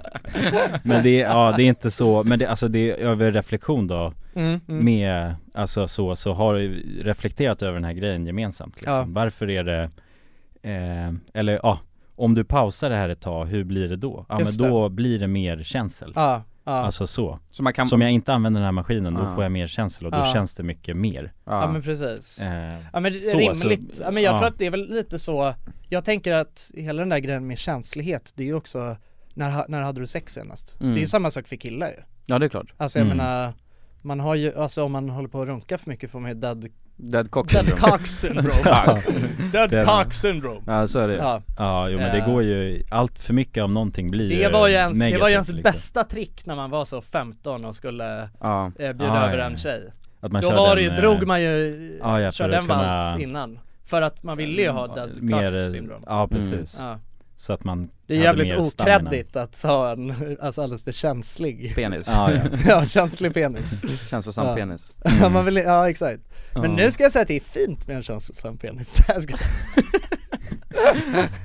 C: Men det är, ja det är inte så, men det, alltså det är över reflektion då
B: Mm, mm.
C: med, alltså så, så har vi reflekterat över den här grejen gemensamt liksom.
B: Ja.
C: Varför är det, eh, eller ja, om du pausar det här ett tag, hur blir det då? Ja
B: Just
C: men då blir det mer känsel,
B: Ja, ja.
C: alltså så.
A: Så man kan,
C: Så om jag inte använder den här maskinen, då
A: Ja.
B: Ah.
C: får jag mer känsel och då
B: Ja.
C: känns det mycket mer
A: ja.
B: ja men precis.
C: eh,
B: Ja men det är
C: Så,
B: rimligt,
C: så-
B: ja, men jag
C: ja.
B: tror att det är väl lite så, jag tänker att hela den där grejen med känslighet, det är ju också, när, ha- när hade du sex senast?
A: Mm.
B: Det är ju samma sak för killar ju.
A: ja det är klart.
B: Alltså jag
C: Mm.
B: menar, man har ju, alltså om man håller på att runka för mycket får man ju dead,
A: Dead cock
B: dead
A: syndrome.
B: cock syndrome. dead
C: Den-
B: cock syndrome.
A: Ja så är det.
B: Ja,
C: Ja, jo men
B: Eh.
C: det går ju, allt för mycket av någonting blir
B: det var ju
C: eh,
B: ens, det
C: negativt,
B: var ju ens
C: liksom.
B: bästa trick när man var så 15 och skulle eh,
A: Ja.
B: bjuda
C: Ah,
B: över
C: ja.
B: en tjej.
C: Att man
B: Då
C: kör
B: var det
C: den,
B: ju,
C: eh,
B: drog man ju,
C: ja, ja, för
B: körde
C: att
B: en vals
C: kunna-
B: innan. För att man ville ju ha dead
C: mer, eh,
B: cock syndrome.
C: Ja precis,
B: Ja.
C: så att man
B: Det är
C: hade
B: jävligt
C: mer stamina.
B: okreddigt att ha en, alltså alldeles för känslig,
A: Penis.
C: Ja, Mm. ja.
B: ja känslig penis
A: Känslosam
B: Ja.
A: penis.
B: Man vill, ja exakt Men
A: Ja.
B: nu ska jag säga att det är fint med en känslosam penis Jag ska-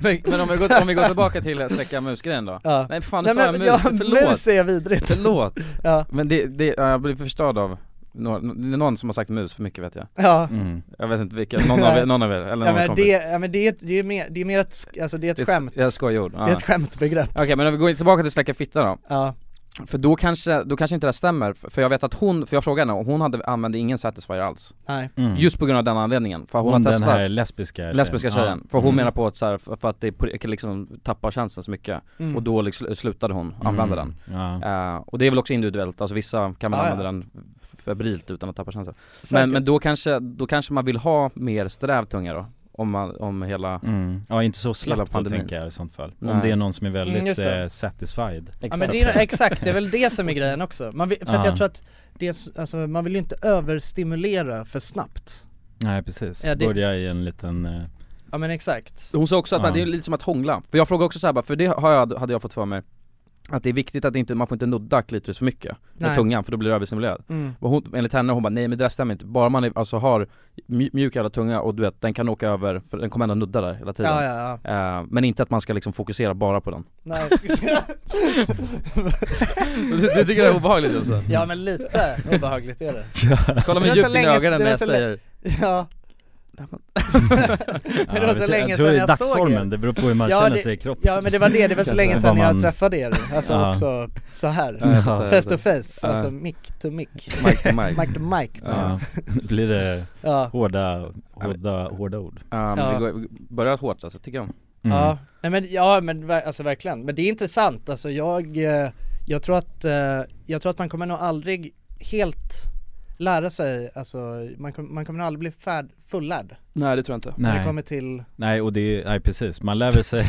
A: Men, men om, vi går, om vi går tillbaka till släcka musgrejen då.
B: ja.
A: Nej fan nu sa jag mus, förlåt.
B: mus är vidrigt
A: Förlåt.
B: Ja,
A: Men det, det, ja, jag blir förstörd av någon, någon som har sagt mus för mycket vet jag.
B: ja
C: Mm.
A: Jag vet inte vilka, någon av er, någon av er eller
B: Ja
A: någon
B: men
A: kompis.
B: det, ja, men det, är- det är mer, det är mer ett, sk- alltså det är ett
A: Det är
B: skämt
A: Jag skojar ord. Ja.
B: Det är ett skämtbegrepp
A: Okej men om vi går tillbaka till släcka fitta då.
B: Ja,
A: För då kanske, då kanske inte det här stämmer, för för jag vet att hon, för jag frågade henne och hon hade, använde ingen satisfier alls
B: nej,
C: Mm.
A: Just på grund av den anledningen, för hon,
C: Hon
A: har
C: den här
A: testat
C: lesbiska tjejen.
A: lesbiska tjejen, för hon
C: Mm.
A: menar på att så här, för för att det på- liksom tappar chansen så mycket
B: Mm.
A: och då liksom slutade hon
C: Mm.
A: använda den
C: ja.
A: Eh, Och det är väl också individuellt, alltså vissa kan väl
B: Ah, Ja, ja.
A: använda den f- febrilt utan att tappa chansen
B: Säkert.
A: men, men då kanske, då kanske man vill ha mer sträv tunga då, om man, om hela
C: Mm. ja, inte så
A: Hela
C: slappt då
A: pandemin.
C: tänker jag i sånt fall
A: Nej.
C: Om det är någon som är
B: Mm,
C: väldigt
B: just det.
C: eh, satisfied
B: Ja men det är, exakt, det är väl det som är grejen också. Man vill, för att
C: Ja.
B: jag tror att det, är s- alltså, man vill ju inte överstimulera för snabbt.
C: Nej precis,
B: Ja, det-
C: börja i en liten eh,
B: Ja men exakt.
A: Hon sa också att man,
C: Ja.
A: det är lite som att hångla, för jag frågade också så här, bara, för det har jag, hade jag fått för mig Att det är viktigt att inte, man får inte nudda klitoris för mycket med
B: Nej.
A: tungan för då blir det överstimulerad
B: Mm.
A: och hon, Enligt henne, hon bara nej men det där stämmer inte, bara man är, alltså har mj- mjuk jävla tunga och du vet den kan åka över, för den kommer ändå nudda där hela tiden
B: Ja ja ja.
A: Eh, Men inte att man ska liksom fokusera bara på den
B: Nej.
A: Du, du tycker det är obehagligt alltså?
B: ja men lite obehagligt är det.
A: Kolla mig
B: Det
A: djupt
B: var så
A: in i
B: länge-
A: ögonen
B: det
A: när
B: var
A: jag
B: så lä-
A: säger
B: Ja.
C: ja,
B: det var så
C: jag,
B: länge
C: jag
B: sedan
C: tror det är
B: jag såg
C: dagsformen,
B: er.
C: det beror på hur man
B: Ja,
C: känner
B: det-
C: sig i kroppen
B: ja men det var det, det var så länge sedan
C: Vad
B: jag
C: man-
B: träffade er. Alltså
C: Ja.
B: också så här.
A: Ja, jag
B: Face
A: vet
B: to
A: det.
B: face,
A: Ja.
B: alltså mic to mic.
A: Mike to Mike
B: Mic to mic.
A: Ja.
C: ja. Blir det
B: Ja.
C: hårda,
A: men-
C: hårda, hårda ord?
A: Ja, men
B: Ja.
A: det går- vi börjar hårt alltså, tycker jag
C: Mm.
B: Ja, nej men ja men ver- alltså verkligen. Men det är intressant, alltså jag, eh, jag tror att, eh, jag tror att man kommer nog aldrig helt lära sig, alltså man, kom, man kommer nog aldrig bli färd, fullärd
A: Nej det tror jag inte
B: när det
C: Nej.
B: kommer till
C: Nej och det är, nej precis, man lär väl sig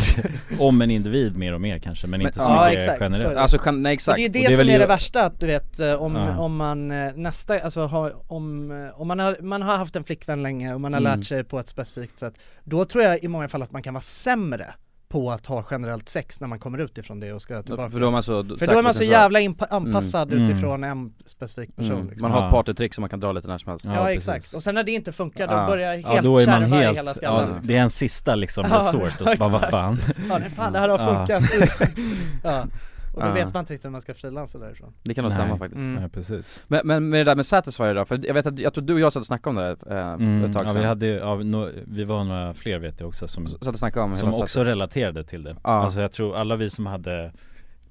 C: om en individ mer och mer kanske men,
A: Men-
C: inte så
A: ja,
C: mycket
B: exakt,
C: generellt
B: så är det.
A: Alltså, kan- nej
B: Och
A: exakt
B: det är ju det,
C: Och det är
B: som
C: väl
B: är
C: ju-
B: det värsta, att du vet eh, om,
C: Ja.
B: om man eh, nästa, alltså har, om, eh, om man har, man har haft en flickvän länge och man har
A: Mm.
B: lärt sig på ett specifikt sätt Då tror jag i många fall att man kan vara sämre på att ha generellt sex när man kommer ut ifrån det och ska tillbaka
A: För då är man så
B: För då är man så jävla inpa- anpassad
A: anpassad
B: utifrån en specifik person
A: Mm.
B: liksom.
A: Man har
C: Ja.
A: ett partytrick som man kan dra lite när som helst
B: Ja,
C: Mm. precis.
B: exakt, och sen när det inte funkar då
A: Ja.
B: börjar jag helt
C: Ja då är man
B: kärva i
C: helt,
B: hela skallen
C: ja,
B: ja.
C: det är en sista liksom
B: Ja,
C: resort och så bara vad
B: exakt.
C: fan
B: nej fan det här har
C: Ja.
B: funkat ja. Och då
A: Ja.
B: vet man inte riktigt hur man ska frilansa därifrån
A: Det kan nog stämma faktiskt.
B: Mm.
C: Ja, precis.
A: Men, men med det där med Satisfyer då, för jag vet att, jag tror du och jag satt och snackade om det där eh, ett
C: Mm,
A: tag
C: ja,
A: sedan.
C: vi hade ju, ja, no, vi var några fler vet jag också som,
A: satt och snackade om
C: som
A: hela
C: också
A: sättet.
C: relaterade till det.
A: Ja.
C: Alltså jag tror alla vi som hade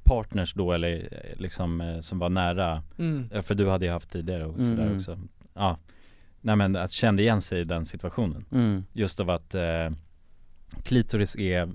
C: partners då eller eh, liksom eh, som var nära,
B: Mm.
C: ja, för du hade ju haft tidigare och
A: Mm,
C: sådär
A: mm.
C: också. Ja, nej men att kände igen sig i den situationen.
A: Mm.
C: Just av att eh, klitoris är,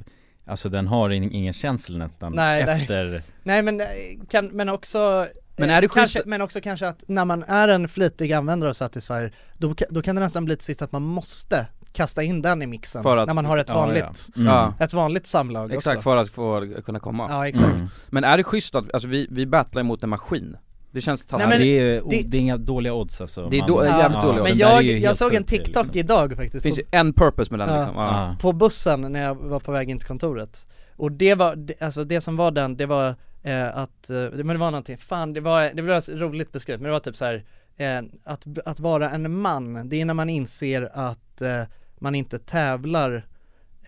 C: alltså den har in, ingen känsla nästan
B: Nej, nej.
C: efter
B: Nej men, eh, kan, men också
A: Men
B: eh,
A: är det
B: kanske,
A: schysst-
B: men också kanske att när man är en flitig användare av Satisfyer då, ka- då kan det nästan bli till sist att man måste kasta in den i mixen
A: För att-
B: när man har ett
C: Ja,
B: vanligt,
C: ja. Mm.
A: Ja.
B: ett vanligt samlag
A: Exakt,
B: också
A: för att få kunna komma.
B: Ja exakt
C: Mm.
A: Men är det schysst att, alltså vi, vi battlar mot en maskin? Det känns
C: Ja,
A: taskigt.
B: men-
C: det, är, ju-
B: det-
C: det är inga dåliga odds alltså
A: Det är då- jävligt dåliga
B: Men
A: den
C: den där är
B: jag,
C: ju
B: jag
C: helt
B: såg en
C: sjuk,
B: TikTok
C: liksom.
B: idag
A: det
B: faktiskt
A: finns
B: på,
A: ju en purpose med den
B: Ja.
A: liksom. Ja.
C: Ja.
B: på bussen när jag var på väg in till kontoret Och det var, det- alltså det som var den, det var eh, att, eh, det- men det var någonting, fan det var, det var ett roligt beskrivet men det var typ så här, eh, att, att vara en man, det är när man inser att eh, man inte tävlar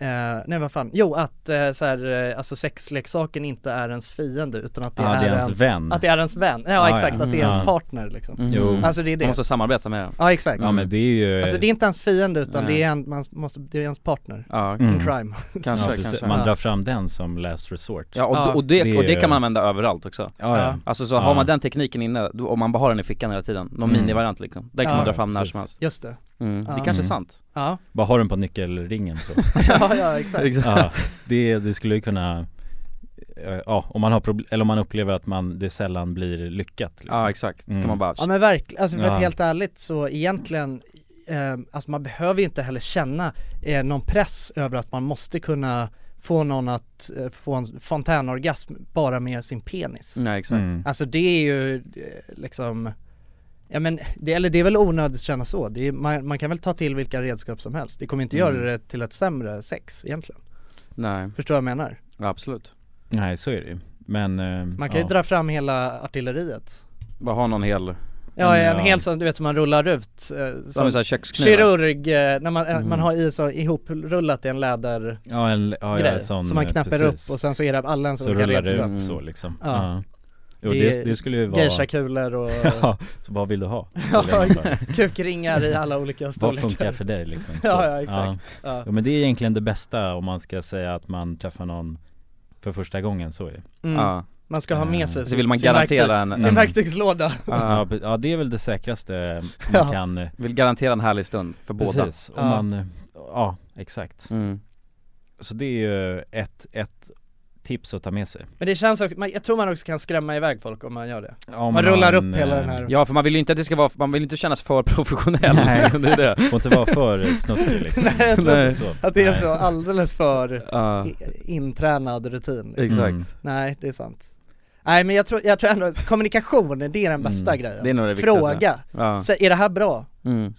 B: Eh, nej vad fan, jo att eh, så här, eh, alltså sexleksaken inte är ens fiende utan att det,
C: Ja,
B: är, ens,
C: vän.
B: Att det är ens vän, ja,
C: Ja,
B: exakt,
C: ja.
B: att det är
C: Mm.
B: ens
C: Ja.
B: partner liksom
A: Mm.
C: Jo.
B: Alltså det är det,
A: Man måste samarbeta med den.
B: ja exakt
C: Ja men det är ju
B: Alltså det är inte ens fiende utan
A: Nej.
B: det är en, man måste, det är ens partner
A: Ja,
C: Mm.
B: In crime
A: kanske,
C: ja, precis.
A: kanske.
C: Man
B: Ja.
C: drar fram den som last resort
A: Ja, och,
B: Ja,
A: och, det,
C: det
A: och det
C: är-
A: kan man använda överallt också.
C: ja,
B: ja.
A: Alltså så
C: Ja.
A: har man den tekniken inne, då- om man bara har den i fickan hela tiden, någon
C: Mm.
A: minivariant liksom. Den kan
B: Ja,
A: man dra fram när
C: precis.
A: som helst.
B: Just det,
A: Mm. Det
B: Ja.
A: kanske är
C: Mm.
A: sant.
B: ja,
C: Bara har den på nyckelringen så
B: ja, ja exakt
C: ja, det, det skulle ju kunna eh, Ja, om man har problem, eller om man upplever att man, det sällan blir lyckat liksom.
A: Ja exakt,
C: Mm.
A: kan man bara
B: Ja men verkligen, alltså för att
C: Ja.
B: helt ärligt så egentligen eh, Alltså man behöver ju inte heller känna eh, någon press över att man måste kunna få någon att eh, få en fontänorgasm bara med sin penis
A: Nej exakt.
C: Mm.
B: Alltså det är ju eh, liksom Ja men, det, eller det är väl onödigt att känna så. Det är, man, man kan väl ta till vilka redskap som helst. Det kommer inte
A: Mm.
B: göra det till ett sämre sex egentligen.
A: Nej,
B: Förstår vad jag menar?
A: ja, absolut.
C: Nej så är det ju Men eh,
B: Man kan
C: ja.
B: ju dra fram hela artilleriet.
A: Bara ha någon hel,
B: Ja,
C: Mm,
B: en
C: ja.
B: hel sån, du vet som man rullar ut. Eh,
A: som
B: som
A: en sån här kökskniv
B: kirurg, eh, när man, eh,
A: Mm.
B: man har i så ihoprullat i en lädergrej.
C: Ja en, ja, ja, en sån,
B: som man
C: eh,
B: knäpper
C: precis.
B: upp och sen så är det alla ens
C: Så
B: olika
C: rullar det ut
B: redskap.
A: redskap.
C: så liksom
B: Ja.
C: ja. Jo,
B: Det är
C: det, det skulle ju vara
B: Geishakulor och
C: Ja, så vad vill du ha?
B: Ja,
C: Eller bara,
B: kukringar i alla olika
C: Vad
B: storlekar.
C: funkar för dig liksom? Så.
B: Ja, ja, exakt. Ja.
C: Ja men det är egentligen det bästa om man ska säga att man träffar någon för första gången så ju
B: Mm.
A: Ja,
B: Man ska ha med sig
A: så vill man
B: sin verktyg-
A: garantera en, en
B: sin
C: Mm.
B: verktygslåda.
A: ja,
C: ja. be- ja det är väl det säkraste man
B: Ja.
C: kan eh,
A: vill garantera en härlig stund för båda
C: Precis, och
B: Ja.
C: man, eh, ja exakt
A: mm.
C: Så det är ju ett, ett tips att ta med sig
B: Men det känns också, man, jag tror man också kan skrämma iväg folk om man gör det.
C: Ja,
B: Man,
C: har
B: rullar
C: en,
B: upp hela
C: eh,
B: den här
A: Ja för man vill ju inte att det ska vara, man vill inte kännas för professionell
C: Nej.
A: det är det
C: Får inte vara för snuskig liksom
B: Nej, jag tror
A: Nej.
C: Så.
B: Att det är en
C: Nej.
B: så alldeles för
A: Ja,
B: i- intränad rutin
A: exakt
C: Mm.
B: Nej det är sant Nej men jag tror, jag tror ändå att kommunikation, det är den bästa
C: Mm.
B: grejen
A: Det är alltså. nog det viktigaste
B: Fråga,
A: Ja,
B: så, är det här bra?
A: mm.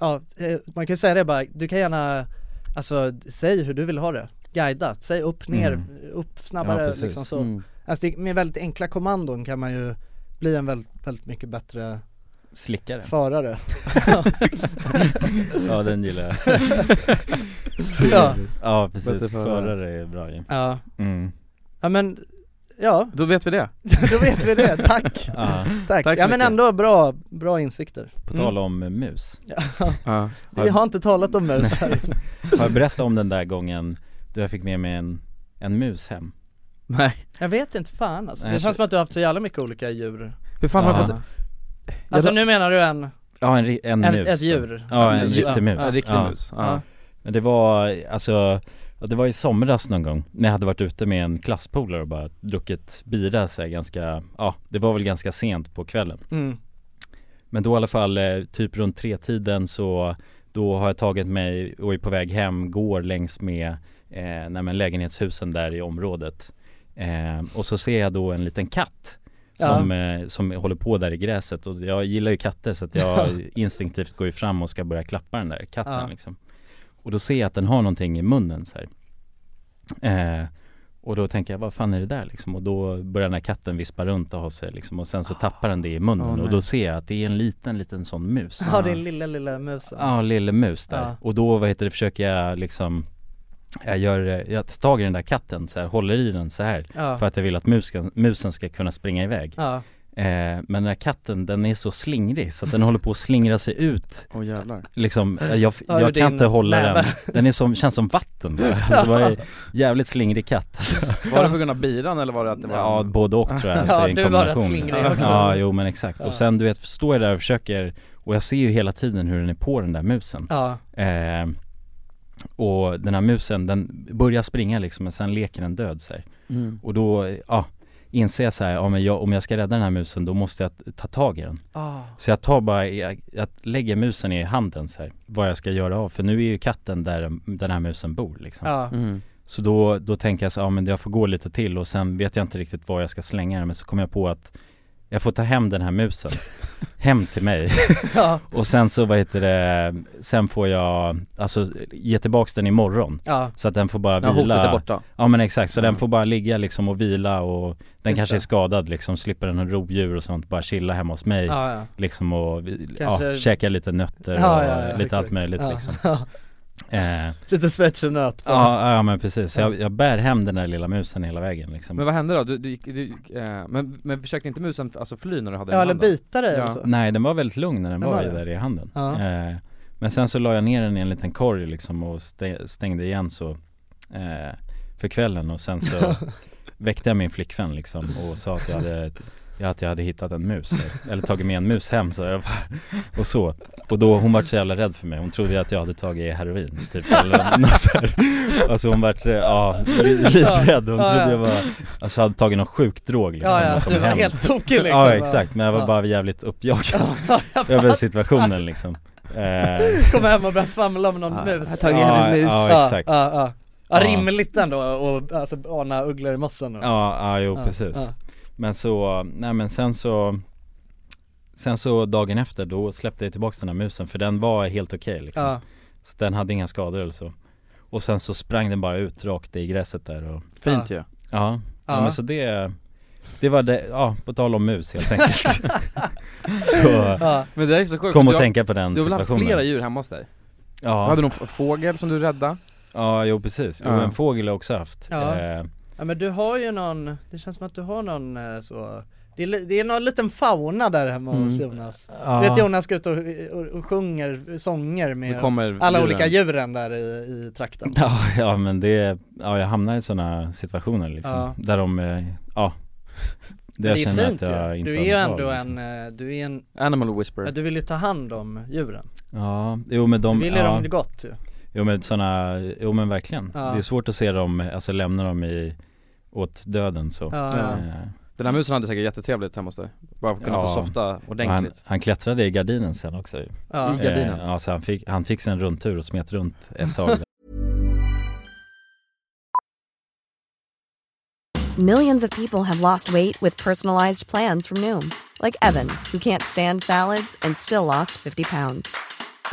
B: Ja, eh, man kan ju säga det bara, du kan gärna, alltså säg hur du vill ha det Guida, säg upp, ner,
C: Mm.
B: upp, snabbare
C: Ja, precis.
B: liksom så
A: Mm.
B: Alltså det, med väldigt enkla kommandon kan man ju bli en väldigt, väldigt mycket bättre
C: Slickare
B: förare
C: Ja den gillar jag
B: Ja,
C: Ja
A: Bättre
C: precis,
A: förare.
C: förare är bra ju
B: ja,
C: mm.
B: ja men, ja,
A: Då vet vi det
B: då vet vi det, tack!
C: ja.
B: Tack,
A: Tack så
B: ja men
A: mycket.
B: ändå bra, bra insikter
C: På tal om mus
A: Ja,
B: Vi har inte talat om mus här
C: Har jag berättat om den där gången då jag fick med mig en, en mus hem?
A: nej
B: Jag vet inte fan alltså.
C: Nej,
B: Det
C: jag
B: känns som att du har haft så jävla mycket olika djur
A: Hur fan har
C: Ja.
A: du fått,
B: Alltså
A: Jag-
B: nu menar du en,
C: Ja en, ri- en,
B: en
C: mus
B: ett
C: då.
B: djur?
C: Ja en
A: En mus.
C: riktig mus
A: ja, riktig
C: Ja.
A: mus ja.
C: Men det var, alltså, ja, det var i somras någon gång när jag hade varit ute med en klasspolare och bara druckit bira så här, ganska, ja det var väl ganska sent på kvällen
B: Mm.
C: Men då i alla fall eh, typ runt tre tiden så då har jag tagit mig och är på väg hem, går längs med eh, nej, men lägenhetshusen där i området eh, Och så ser jag då en liten katt
B: Ja.
C: som, eh, som håller på där i gräset och jag gillar ju katter så att jag instinktivt går ju fram och ska börja klappa den där katten
B: Ja.
C: liksom Och då ser jag att den har någonting i munnen så här. Eh, och då tänker jag, vad fan är det där liksom? Och då börjar den här katten vispa runt och ha sig liksom Och sen så tappar den det i munnen
A: Åh, nej.
C: och då ser jag att det är en liten, liten sån mus
B: Ja din lilla lilla musen
C: Ja, lille mus där
B: Ja.
C: Och då, vad heter det, försöker jag liksom jag, gör, eh, jag tar tag i den där katten så här, håller i den så här
B: Ja.
C: För att jag vill att musken, musen ska kunna springa iväg
B: Ja.
C: eh, Men den där katten den är så slingrig så att den håller på att slingra sig ut
A: Åh jävlar
C: Liksom, eh, jag,
B: Ja, ur
C: jag
B: din
C: kan inte hålla den
B: näve.
C: Den är som, känns som vatten bara. Alltså, Det var en jävligt slingrig katt
A: Var det på grund av biran eller var det att det var
C: Ja, både och tror jag.
B: Liksom. Ja,
C: Alltså, i en
B: du var
C: kombination.
B: rätt slingrig också.
C: Ja, jo men exakt.
B: Ja.
C: Och sen du vet, står jag där och försöker, och jag ser ju hela tiden hur den är på den där musen.
B: Ja,
C: Eh, och den här musen, den börjar springa liksom, men sen leker den död så här.
A: Mm.
C: Och då, ja, inser jag så här, ja men jag, om jag ska rädda den här musen då måste jag t- ta tag i den.
B: ah,
C: Så jag tar bara, jag, jag lägger musen i handen så här, vad jag ska göra av. För nu är ju katten där den- den här musen bor liksom.
B: ja,
A: Mm.
C: Så då, då tänker jag så, ja men jag får gå lite till och sen vet jag inte riktigt var jag ska slänga den men så kom jag på att jag får ta hem den här musen hem till mig
B: ja,
C: och sen så vad heter det, sen får jag alltså ge tillbaks den imorgon
B: ja,
C: så att den får bara
A: Ja, hotet är
C: vila
A: borta
C: Ja men exakt, så den
A: Mm.
C: får bara ligga liksom och vila och den
B: Just
C: kanske
B: det.
C: är skadad liksom, slipper den ha rovdjur och sånt, bara chilla hemma hos mig
B: ja, ja.
C: liksom och
B: Kanske-
C: ja, käka lite nötter
B: Ja,
C: och
B: ja, ja,
C: lite allt
B: okej.
C: möjligt
B: Ja.
C: liksom eh,
B: Lite svetsenöt bara.
C: Ja, ja men precis. Så jag, jag bär hem den där lilla musen hela vägen liksom.
A: Men vad hände då? Du, du, gick- du gick, eh, men, men försökte inte musen alltså fly när du hade
B: Ja,
A: den i
B: eller
A: handen?
B: bita dig
A: Ja.
B: också.
C: Nej, den var väldigt lugn när den
B: alltså. Den
C: var
B: var
C: ju
B: det?
C: där i handen.
B: Ja.
C: Eh, men sen så la jag ner den i en liten korg liksom och stä- stängde igen så eh, för kvällen och sen så väckte jag min flickvän liksom och sa att jag hade Ja, att jag hade hittat en mus, eller tagit med en mus hem så jag bara, och så Och då, hon vart så jävla rädd för mig, hon trodde ju att jag hade tagit heroin typ eller något så här. Alltså hon vart, eh, ja, li- livrädd, hon
B: Ja,
C: trodde
B: ja.
C: jag var, alltså hade tagit någon sjuk drog liksom
B: Ja, ja,
C: och kom
B: du var
C: hem.
B: helt tokig liksom.
C: Ja exakt, men jag var
B: Ja.
C: bara jävligt uppjagad
B: Ja, jag
C: över
B: fattar.
C: situationen liksom eh,
B: Kom hem och började svamla om någon
A: Ja,
B: mus.
A: Ah, jag har
C: tagit hem en mus. Ja, exakt.
B: Ja, ja. Ja,
C: Ja.
B: rimligt ändå och alltså ana ugglor i mossen. och-
C: Ja, ja jo
B: Ja,
C: precis
B: ja.
C: Men så, nej men sen så Sen så dagen efter då släppte jag tillbaka den här musen för den var helt okej liksom
B: Ja.
C: Så den hade inga skador eller så Och sen så sprang den bara ut rakt i gräset där och
A: Fint ju
C: Ja, ja.
B: Ja.
C: men så det Det var det, ja på tal om mus helt enkelt Så
B: Ja.
A: Men det är så sjukt,
C: kom
A: för
C: och
A: du, har-
C: tänka på den
A: du har väl haft
C: situationen
A: flera djur hemma hos dig? Du
C: Ja,
A: hade någon f- fågel som du räddade?
C: ja jo precis, jo,
A: Ja.
C: en fågel har jag också haft
B: Ja.
C: eh,
B: ja men du har ju någon, det känns som att du har någon eh, så det är, li- det är någon liten fauna där hemma
A: Mm.
B: hos Jonas.
C: ja.
B: Du vet Jonas går ut och, och, och sjunger sånger
A: Så
B: med
A: kommer
B: alla
A: djuren.
B: olika djuren där i, i trakten.
C: Ja, ja men det, ja jag hamnar i sådana situationer liksom,
B: Ja.
C: där de, eh, ja
B: Men det är fint
C: jag
B: ju.
C: inte
B: Du
C: har
B: är ju
C: något
B: ändå
C: val, liksom.
B: en, eh, du är en,
A: Animal
B: ja,
A: whisperer
B: du vill ju ta hand om djuren.
C: Ja, jo men
B: Du
C: de,
B: vill ju
C: ja,
B: dem gott ju.
C: jo men sådana, jo men verkligen
B: Ja.
C: Det är svårt att se dem, alltså lämna dem i, åt döden så
B: Ja, ja.
C: Eh,
A: Den här musen hade säkert jättetrevligt hemma hos dig Bara för att kunna
C: Ja.
A: få softa
C: han,
A: ordentligt
C: han klättrade i gardinen sen också ju.
B: Ja.
A: I gardinen?
C: Eh, Ja så han fick, han fick sig en rundtur och smet runt ett tag
E: Millions of people have lost weight with personalized plans from Noom, like Evan, who can't stand salads and still lost 50 pounds.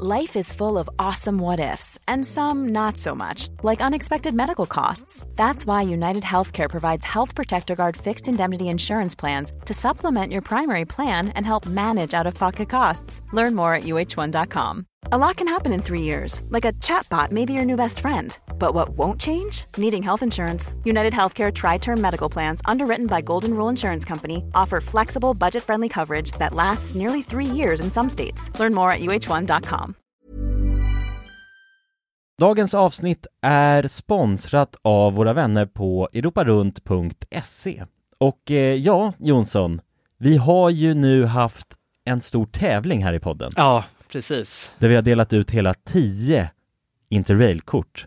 F: Life is full of awesome what ifs and some not so much, like unexpected medical costs. That's why United Healthcare provides Health Protector Guard fixed indemnity insurance plans to supplement your primary plan and help manage out of pocket costs. Learn more at uh1.com. A lot can happen in three years, like a chatbot may be your new best friend. But what won't change? Needing health insurance. United Healthcare Tri Term Medical Plans, underwritten by Golden Rule Insurance Company, offer flexible, budget friendly coverage that lasts nearly three years in some states. Learn more at uh1.com.
C: Dagens avsnitt är sponsrat av våra vänner på europarunt.se. Och eh, ja, Jonsson, vi har ju nu haft en stor tävling här i podden
G: Ja, precis.
C: där vi har delat ut hela 10 interrailkort.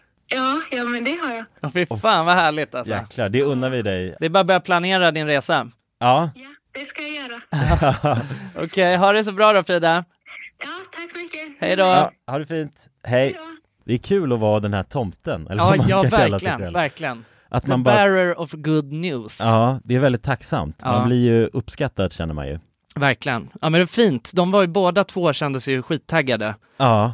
H: Ja, ja, men det har jag.
B: Åh, Fy fan vad härligt alltså.
C: Jäklar, det unnar vi dig.
B: Det är bara att börja planera din resa.
C: Ja.
H: Det ska jag göra.
B: Okej, ha det så bra då Frida.
H: Tack så mycket.
B: Hej då.
C: ja, ha det fint. Hej. Det är kul att vara den här tomten, eller
B: Ja,
C: vad man
B: ja
C: ska kalla sig
B: verkligen,
C: själv.
B: verkligen.
C: Att
B: The
C: man bara-
B: bearer of good news.
C: Ja, det är väldigt tacksamt.
B: Ja.
C: Man blir ju uppskattad känner man ju.
B: Verkligen. Ja men det är fint, de var ju båda två kände sig ju skittaggade
C: Ja.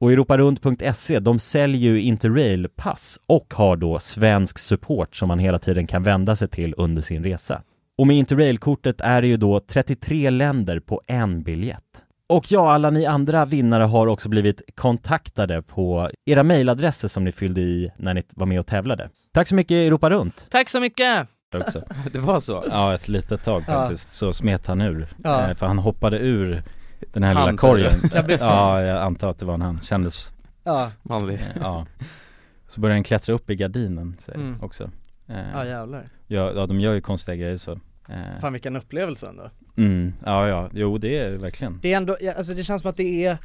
C: Och europarunt.se, E, de säljer ju Interrail-pass och har då svensk support som man hela tiden kan vända sig till under sin resa. Och med Interrail-kortet är det ju då 33 länder på en biljett. Och ja, alla ni andra vinnare har också blivit kontaktade på era mejladresser som ni fyllde i när ni var med och tävlade. Tack så mycket Europa Runt!
B: Tack så mycket!
C: Också.
A: Det var så?
I: Ja, ett litet tag
B: Ja.
I: faktiskt, så smet han ur.
B: Ja.
I: Eh, För han hoppade ur den här
A: Han,
I: lilla
A: sa du?
I: korgen.
A: Jag blir så-
I: ja, jag antar att det var en han, kändes
B: Ja.
A: Manlig.
I: Eh, Ja. Så började han klättra upp i gardinen sig,
B: Mm.
I: också. Eh,
B: Ja, jävlar.
I: Ja, ja, de gör ju konstiga grejer så. Eh,
B: Fan vilken upplevelse ändå.
I: Mm, ja, ja, jo det är det verkligen.
B: Det är ändå, ja, alltså det känns som att det är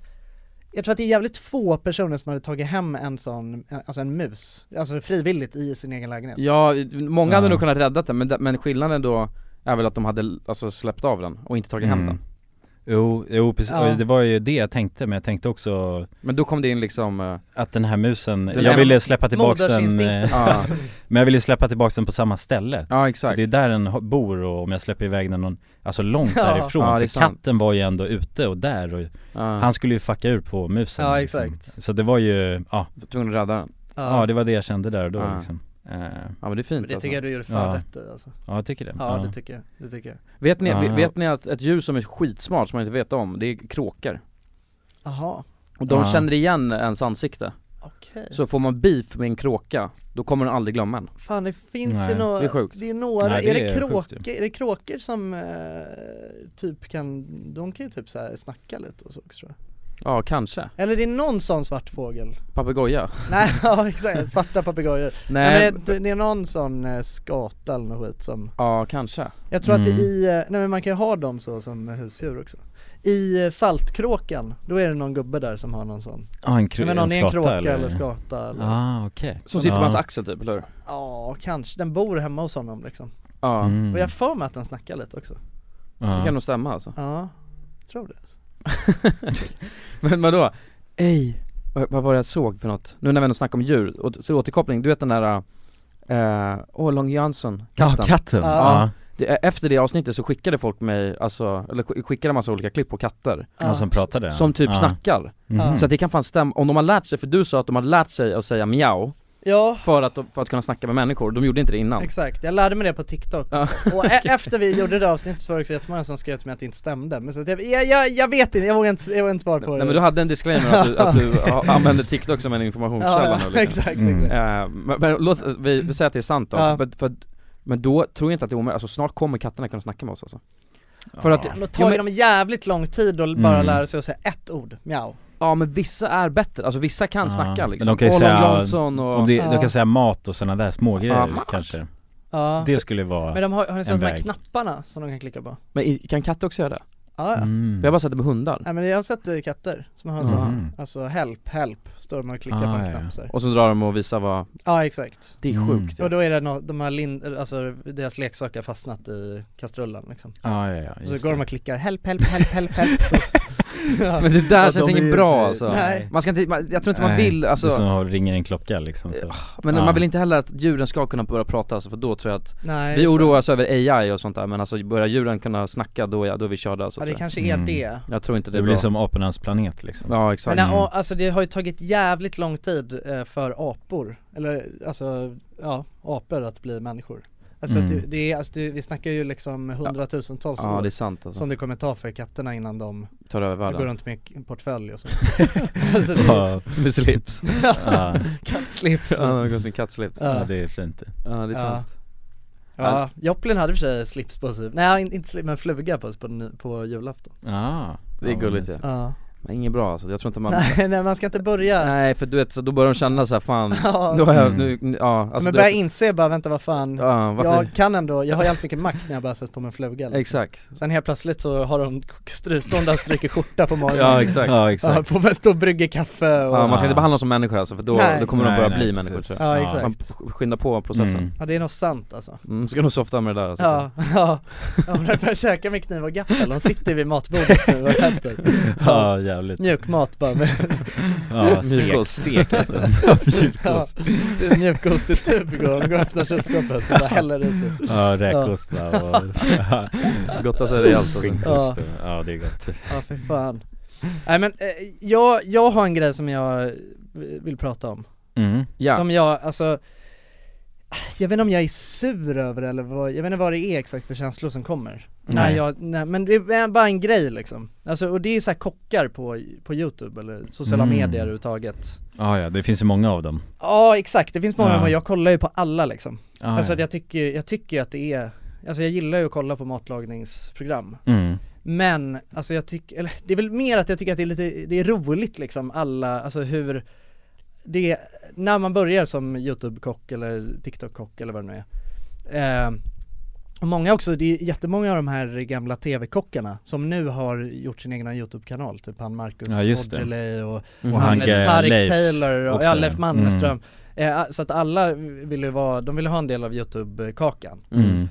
B: Jag tror att det är jävligt få personer som hade tagit hem en sån, alltså en mus, alltså frivilligt i sin egen lägenhet
A: Ja, många hade
I: Ja.
A: nog kunnat rädda den men, d- men skillnaden då är väl att de hade alltså, släppt av den och inte tagit hem
I: Mm.
A: den
I: Jo, jo precis,
A: Ja.
I: och det var ju det jag tänkte, men jag tänkte också
A: Men då kom det in liksom eh,
I: att den här musen,
A: Den
I: jag
A: här
I: ville släppa tillbaks den
A: modersinstinkten.
I: eh,
A: Ja.
I: Men jag ville släppa tillbaks den på samma ställe
A: Ja, exakt.
I: För Det är där den ho- bor och om jag släpper iväg den någon, alltså långt
A: Ja.
I: därifrån
A: Ja, det är
I: För
A: sant.
I: katten var ju ändå ute och där och han skulle ju fucka ur på musen
A: Ja,
I: Liksom. Så det var ju, ja
A: Tvungen att rädda den
I: ja. det var det jag kände där och då
A: Ja.
I: liksom eh.
A: Ja men det är fint alltså.
B: Det tycker jag du gjorde fan
I: ja.
B: rätt i alltså
I: Ja jag tycker det
B: Ja, det tycker jag, det tycker jag
A: Vet ni,
I: Ja,
A: ve-
I: ja.
A: vet ni att ett djur som är skitsmart som man inte vet om, det är kråkor
B: Jaha,
A: Och de
I: Ja.
A: känner igen ens ansikte
B: Okej.
A: Så får man beef med en kråka, då kommer den aldrig glömma en
B: fan det finns
A: Nej,
B: ju några,
A: det är sjukt.
B: det är några,
A: Nej, det
B: är det
A: är sjukt ju.
B: kråkor, är det kråkor som eh, typ kan, de kan ju typ så här snacka lite och så också tror jag
A: Ja, kanske.
B: Eller det är någon sån svart fågel
A: Papegoja.
B: Nej, ja exakt, svarta papegojor
A: Nej.
B: Nej men det- det är någon sån eh, skata eller något skit som
A: Ja, kanske.
B: Jag tror att
A: Mm.
B: det i, eh, nej men man kan ju ha dem så som husdjur också I eh, Saltkråkan, då är det någon gubbe där som har någon sån
I: Ja, Ah, en kr-
B: Nej, men någon
I: en
B: är en
I: skata
B: kråka
I: eller?
B: eller, skata eller
I: Ah, okej.
A: Som sitter på
I: Ja.
A: hans axel typ, eller hur?
B: Ja, kanske, den bor hemma hos honom liksom
A: Ja. Mm.
B: Och jag har för mig att den snackar lite också
A: Det kan nog stämma alltså.
B: Ja, jag tror det
A: Men vadå? Ej, vad, vad var det jag såg för något? Nu när vi ändå snackar om djur, och till återkoppling, du vet den där, eh, åh Long Jönsson,
I: Ja, katten.
A: Ja.
I: Ja.
A: Det, eh, efter det avsnittet så skickade folk mig, alltså, eller sk- skickade massa olika klipp på katter
I: Ja, som pratade.
A: Som typ
I: Ja.
A: snackar.
I: Mhm.
A: Så att det kan fan stämma, om de har lärt sig, för du sa att de har lärt sig att säga miau
B: Ja.
A: för, att, de- för att kunna snacka med människor, de gjorde inte det innan
B: Exakt, jag lärde mig det på TikTok Och e- efter vi gjorde det avsnittet så var det så jättemånga som skrev till mig att det inte stämde Men så att jag, jag, jag, jag vet inte, jag vågar inte, jag vågar inte svara på det
A: Nej men du hade en disclaimer att du, att du a- använde TikTok som en informationskälla
B: Ja, ja,
A: nu liksom.
B: exakt, Mm. exakt.
A: Eh, men, men låt, vi, vi säger att det är sant då,
B: Ja.
A: men, för, men då tror jag inte att det är omöjligt, alltså snart kommer katterna kunna snacka med oss alltså För att,
B: Det
A: ja,
B: tar ju
A: men,
B: dem jävligt lång tid att bara
A: Mm.
B: lära sig att säga ett ord, miau
A: ja men vissa är bättre, alltså vissa kan
B: Ja,
A: snacka liksom
I: Men de kan ju
A: Åh, Long
I: säga,
A: Johnson och...
I: om det, de
B: Ja.
I: kan säga mat och sådana där smågrejer
A: Ja, mat.
I: kanske
B: Ja.
I: Det skulle vara
B: Men de har, har ni
I: en
B: sett de här
I: väg.
B: knapparna som de kan klicka på?
A: Men i- kan katter också
I: Mm.
A: göra det?
B: Ja, ja.
A: För jag har bara sett det på hundar
B: Nej men jag har sett eh, katter som har en
A: Mhm.
B: sån, alltså help, help, står de och klickar på
A: Ah,
B: en knapp så här.
A: Och så drar de och visar vad
B: Ja exakt
A: Det är sjukt
I: Mm.
B: Och då är det no, de har lin, alltså deras leksaker har fastnat i kastrullen liksom
I: Ja, ja, ja,
B: Och så
A: just
B: går de och klickar help, help, help, help, help Ja.
A: Men det där
B: Ja,
A: känns
B: de är
A: inget
B: ju-
A: bra alltså
B: Nej
A: Man ska inte, man, jag tror inte man
I: Nej,
A: vill alltså
I: Det är som att ringa en klocka liksom så.
A: Men
I: Ja.
A: man vill inte heller att djuren ska kunna börja prata alltså, för då tror jag att
B: Nej,
A: Vi
B: just det.
A: oroar oss över AI och sånt där men alltså börjar djuren kunna snacka då, ja, då är vi körda alltså,
B: Ja, det
A: tror jag.
B: kanske är Mm. det.
A: Jag tror inte det,
I: Det
A: är
I: blir
A: bra
I: som apornas planet liksom
A: Ja exakt
B: Men ja, och, alltså det har ju tagit jävligt lång tid eh, för apor, eller alltså, ja, apor att bli människor Alltså
A: Mm.
B: att det, det är, alltså det, vi snackar ju liksom hundratusentals
A: Ja,
B: år
A: det är sant, alltså.
B: Som det kommer ta för katterna innan de
A: Tar över världen.
B: Går runt med en portfölj och så alltså
A: Ja, med slips.
B: Ja,
A: Ja.
B: kattslips
A: Ja, de har gått med kattslips. Ja, det är fint. Ja, det är sant.
B: Ja, Joplin hade i och för sig slips på sig, nej in- inte slips men fluga på sig på, ny- på julafton
A: Ja Det är
B: Ja,
A: gulligt
B: men-
A: ja.
B: Ja.
A: Men inget bra alltså, jag tror inte man
B: Nej, nej man ska inte börja
A: Nej för du vet, så då börjar de känna såhär fan,
B: Ja.
A: då har jag,
B: Mm.
A: nu, ja alltså
B: men
A: du
B: börja
A: vet-
B: inse bara, vänta vad fan,
A: Ja, varför-
B: jag kan ändå, jag har jävligt mycket makt när jag bara sätter på mig en fluga liksom.
A: Exakt.
B: Sen helt plötsligt så har de, stry- står de där och stryker skorta på magen
A: Ja, exakt. Ja, exakt.
B: Ja, på stå och brygger kaffe och
A: Ja, man ska inte behandla dem som människor alltså för då,
B: Nej.
A: då kommer de
B: Nej,
A: börja
B: nej,
A: bli
B: precis.
A: människor tror
B: Ja, Mm.
A: jag.
B: exakt.
A: Man p- skyndar på
C: Mm.
A: processen.
B: Ja det är nog sant alltså
A: Mm. ska nog softa med det där alltså.
B: Ja, ja, ja men de börjar käka med kniv och gaffel, de sitter vid matbordet nu och äter
I: Ja, jävligt.
B: Mjukmat bara med
I: Ja, stek-
B: Mjukkost.
I: stek heter den. Ja, mjukkost.
B: ja, Mjukkost i tub går de går och öppnar kylskåpet och bara häller i sig
I: Ja, räkost va, och
A: Gottar sig rejält alltså.
I: Skinnkost, ja. ja det är gott
B: Ja för fan Nej men eh, jag, jag har en grej som jag eh, vill prata om
I: Mm.
A: Ja.
B: Som jag, alltså Jag vet inte om jag är sur över det eller vad, jag vet inte vad det är exakt för känslor som kommer
G: Nej.
B: När jag, nej, men det är bara en grej liksom Alltså och det är så här kockar på, på youtube eller sociala
I: Mm.
B: medier överhuvudtaget
I: Ja, ja, det finns ju många av dem
B: Ja exakt, det finns många,
I: Ja.
B: men jag kollar ju på alla liksom
I: Ja,
B: Alltså
I: ja.
B: att jag tycker, jag tycker att det är, alltså jag gillar ju att kolla på matlagningsprogram
I: Mm.
B: Men, alltså jag tycker, eller det är väl mer att jag tycker att det är lite, det är roligt liksom alla, alltså hur Det, när man börjar som YouTube-kock eller TikTok-kock eller vad det nu är eh, och många också, det är jättemånga av de här gamla TV-kockarna som nu har gjort sin egna YouTube-kanal, typ han Marcus
I: Ja, just det.
B: Aujalay och,
I: Mm.
B: och han
I: Och han, eh,
B: Tarik
I: Leif
B: Taylor och
I: också, Mm.
B: ja,
I: ja.
B: Leif Mannerström eh, Så att alla ville ju vara, de ville ha en del av YouTube-kakan
I: Mm.
B: eh,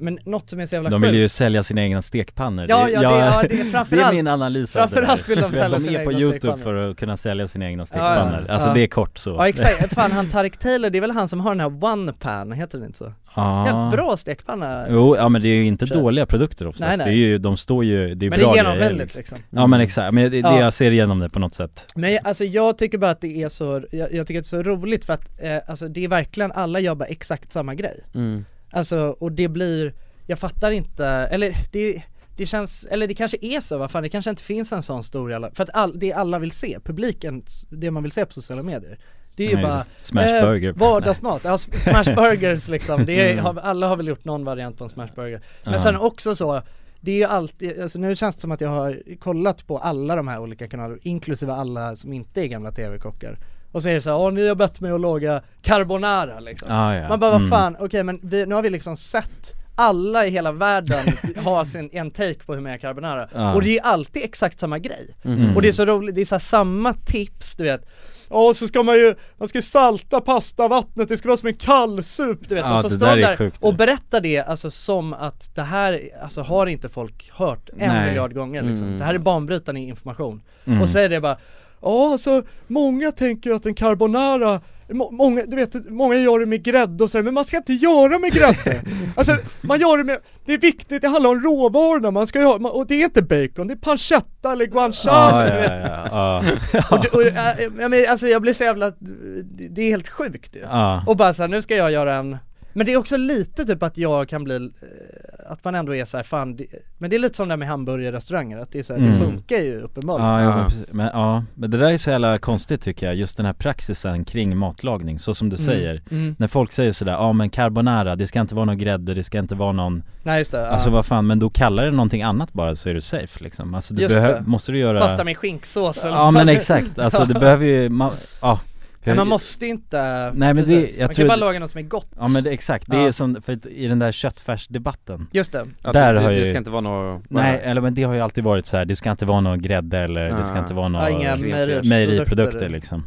B: Men något som är så jävla
I: De vill
B: sjukt-
I: ju sälja sina egna stekpannor
B: Ja, ja, det-
I: jag-
B: ja, det är framförallt-
I: Det är min analys av det där.
B: framförallt vill de
I: Men
B: sälja
I: De
B: sina
I: är på
B: egna
I: youtube
B: stekpannor.
I: för att kunna sälja sina egna stekpannor Alltså det är kort så
B: Ja exakt, fan han Tarik Taylor, det är väl han som har den här One Pan, heter den inte så?
I: Ja.
B: Jävligt bra stekpanna
I: Jo, ja men det är ju inte
B: För sig.
I: dåliga produkter oftast,
B: Nej, nej.
I: Det är ju, de står ju, det är
B: Men det
I: bra grejer,
B: är genomvänligt, liksom.
I: Ja men exakt, men det, det,
B: Ja.
I: jag ser igenom det på något sätt
B: Men jag- alltså jag tycker bara att det är så, jag, jag tycker att det är så roligt för att eh, alltså det är verkligen, alla gör bara exakt samma grej
A: Mm.
B: Alltså, och det blir, jag fattar inte, eller det, det känns, eller det kanske är så, vad fan, det kanske inte finns en sån stor jävla, för att all, det alla vill se, publiken, det man vill se på sociala medier det är ju
I: Nej,
B: bara
I: smashburger.
B: eh, vardagsmat, ja, s- smashburgers liksom, det är,
I: Mm.
B: har, alla har väl gjort någon variant på en smashburger Men
I: Ja.
B: sen också så, det är ju alltid, alltså nu känns det som att jag har kollat på alla de här olika kanalerna, inklusive alla som inte är gamla TV-kockar. Och så är det så här, åh ni har bett mig att laga carbonara liksom.
I: Ah, ja.
B: Man bara, vad
I: Mm.
B: fan, okej men vi, nu har vi liksom sett alla i hela världen ha sin, en take på hur man gör carbonara.
I: Ja.
B: Och det är ju alltid exakt samma grej.
I: Mhm.
B: Och det är så roligt, det är så här samma tips du vet. Ja så ska man ju, man ska ju salta pastavattnet, det ska vara som en kallsup du vet.
I: Ja,
B: och så
I: det
B: står
I: där
B: de
I: är
B: där
I: sjukt.
B: och berättar det alltså som att det här, alltså har inte folk hört en
I: Nej.
B: miljard gånger liksom.
I: Mm.
B: Det här är banbrytande information.
I: Mm.
B: Och så är det bara, ja så många tänker ju att en carbonara må- Många, du vet, många gör det med grädde och sådär, men man ska inte göra med grädde! Alltså, man gör det med, det är viktigt, det handlar om råvarorna, man ska ju ha, man, och det är inte bacon, det är pancetta eller guanciale,
I: Ah, Ja, ja,
B: du vet.
I: ja, ja.
B: Och, du- och, äh, jag men, alltså jag blir så jävla, det det är helt sjukt ju.
I: Ja.
B: Och bara såhär, nu ska jag göra en men det är också lite typ att jag kan bli, eh, att man ändå är såhär fan, det, men det är lite som det här med hamburgerrestauranger, att det är såhär, det
I: Mm.
B: funkar ju uppenbarligen
I: Ja, ja. Men, precis. men, ja, men det där är så jävla konstigt tycker jag, just den här praxisen kring matlagning, så som du
B: Mm.
I: säger
B: Mm.
I: När folk säger sådär, ja men carbonara, det ska inte vara någon grädde, det ska inte vara någon
B: Nej, just det,
I: Alltså
B: ja.
I: vad fan, men då kallar det någonting annat bara så är du safe liksom Alltså du
B: Just
I: behöver,
B: det.
I: måste du göra
B: Pasta med skinksås eller
I: Ja
B: vad
I: men
B: det-
I: exakt, alltså det
B: Ja.
I: behöver ju, ma- ja
B: Men man måste inte,
I: Nej men
B: precis.
I: det, jag
B: Man
I: tror
B: kan bara laga något som är gott
I: Ja men det, exakt, det
B: Ja.
I: är som, för att i den där köttfärsdebatten
B: Just det. Att
I: Där
A: det-
I: har
A: det- det
I: ju
A: ska inte vara något-
I: Nej, eller men det har ju alltid varit så här. det ska inte vara någon grädde eller det ska
A: Ah.
I: inte vara några
B: Ja, inga mejeriprodukter.
I: mejeriprodukter liksom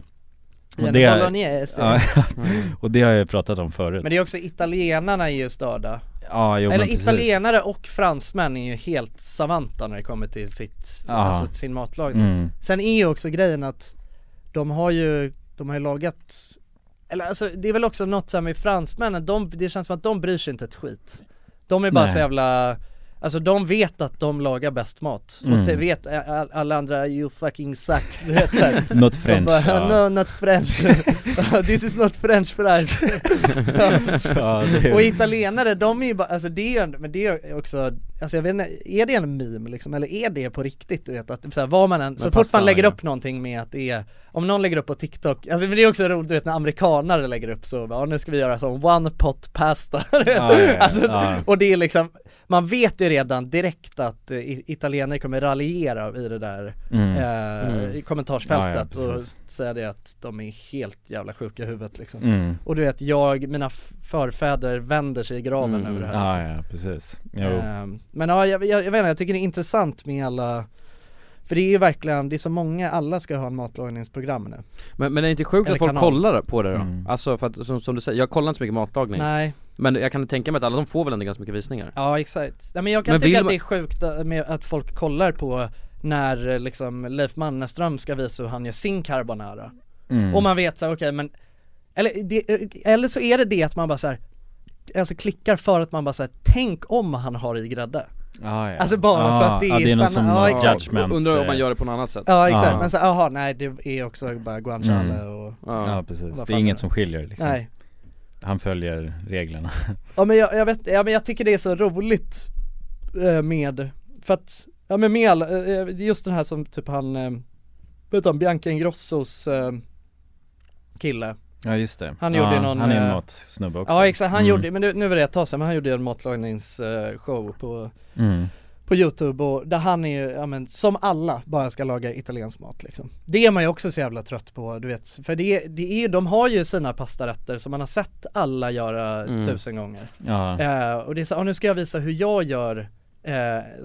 B: I en bolognese.
I: ja,
B: Mm.
I: och det har jag ju pratat om förut
B: Men det är också italienarna är ju störda
I: Ja, jo, men
B: Eller
I: precis.
B: italienare och fransmän är ju helt savanta när det kommer till sitt,
I: Ja.
B: alltså sin matlagning
I: Mm.
B: Sen är ju också grejen att de har ju, de har ju lagat Eller alltså det är väl också något så här med fransmännen, de, det känns som att de bryr sig inte ett skit De är bara
I: Nej.
B: så jävla Alltså de vet att de lagar bäst mat,
I: Mm.
B: och te- vet ä- ä- alla andra 'you fucking suck' du vet, så här.
I: Not
B: De
I: French,
B: bara,
I: ja.
B: No not French, this is not French fries
I: Ja, det är-
B: Och italienare, de är ju bara, alltså det är ju, en- men det är ju också, alltså jag vet inte, är det en meme liksom, eller är det på riktigt du vet att så här, vad man än, så
G: Men
B: fort
G: pastan,
B: man lägger
G: ja.
B: upp någonting med att det är, om någon lägger upp på TikTok, alltså men det är också roligt du vet när amerikanare lägger upp så, ja nu ska vi göra sån one pot pasta du vet.
I: Ja, ja, ja.
B: alltså,
I: Ja.
B: och det är liksom, man vet ju redan direkt att eh, i- italienare kommer raljera i det där
I: Mm.
B: eh,
I: Mm.
B: i kommentarsfältet
I: Ja, ja,
B: och
I: precis.
B: säga det att de är helt jävla sjuka i huvudet liksom.
I: Mm.
B: Och du vet, jag, mina f- förfäder vänder sig i graven
I: Mm.
B: över det här
C: Ah,
I: Ja,
B: liksom.
I: ja, precis. Jo.
B: Ehm, Men ja, jag, jag, jag vet inte, jag tycker det är intressant med alla för det är ju verkligen, det är så många, alla ska ha en matlagningsprogram nu
A: Men, men det är inte sjukt
B: Eller
A: att folk
B: kanal.
A: kollar på det då?
B: Mm.
A: Alltså för att som, som du säger, jag kollar inte så mycket matlagning
B: Nej.
A: Men jag kan tänka mig att alla de får väl ändå ganska mycket visningar?
B: Ja exakt, Nej, men jag kan
A: Men vill
B: tycka att
A: man-
B: det är sjukt eh, med att folk kollar på när eh, liksom Leif Mannerström ska visa hur han gör sin carbonara
I: Mm.
B: Och man vet så här, okej men eller, det, eh, eller så är det det att man bara så här, Alltså klickar för att man bara säger tänk om han har i grädde
I: Ah, ja.
B: Alltså bara för
I: Ah,
B: att det är,
I: ja, det är någon
B: spännande,
I: sån,
B: ja,
I: eh,
B: exakt.
I: judgment,
A: Undrar om
I: eh,
A: man gör det på något annat sätt?
B: Ja exakt,
I: Ah.
B: men så jaha nej det är också bara guanciale
I: Mm.
B: och
I: Ja, precis,
B: Vad
I: det
B: fan
I: är
B: det?
I: inget som skiljer liksom
B: Nej.
I: Han följer reglerna
B: Ja men jag, jag vet, ja men jag tycker det är så roligt eh, med, för att, ja men med all, eh, eh, det är just den här som typ han, eh, vet han, Bianca Ingrossos eh, kille
I: Ja just det
B: Han
I: ja,
B: gjorde någon
I: Han är en
B: eh,
I: matsnubbe också
B: Ja exakt, han
I: Mm.
B: gjorde, men nu, nu var det ett tag sedan, men han gjorde ju en matlagningsshow på
I: Mm.
B: På youtube och där han är ju, ja men som alla, bara ska laga italiensk mat liksom Det är man ju också så jävla trött på du vet, för det, är- det är ju, de har ju sina pastarätter som man har sett alla göra
I: Mm.
B: tusen gånger
I: Ja.
B: eh, Och det är så, ah, nu ska jag visa hur jag gör eh,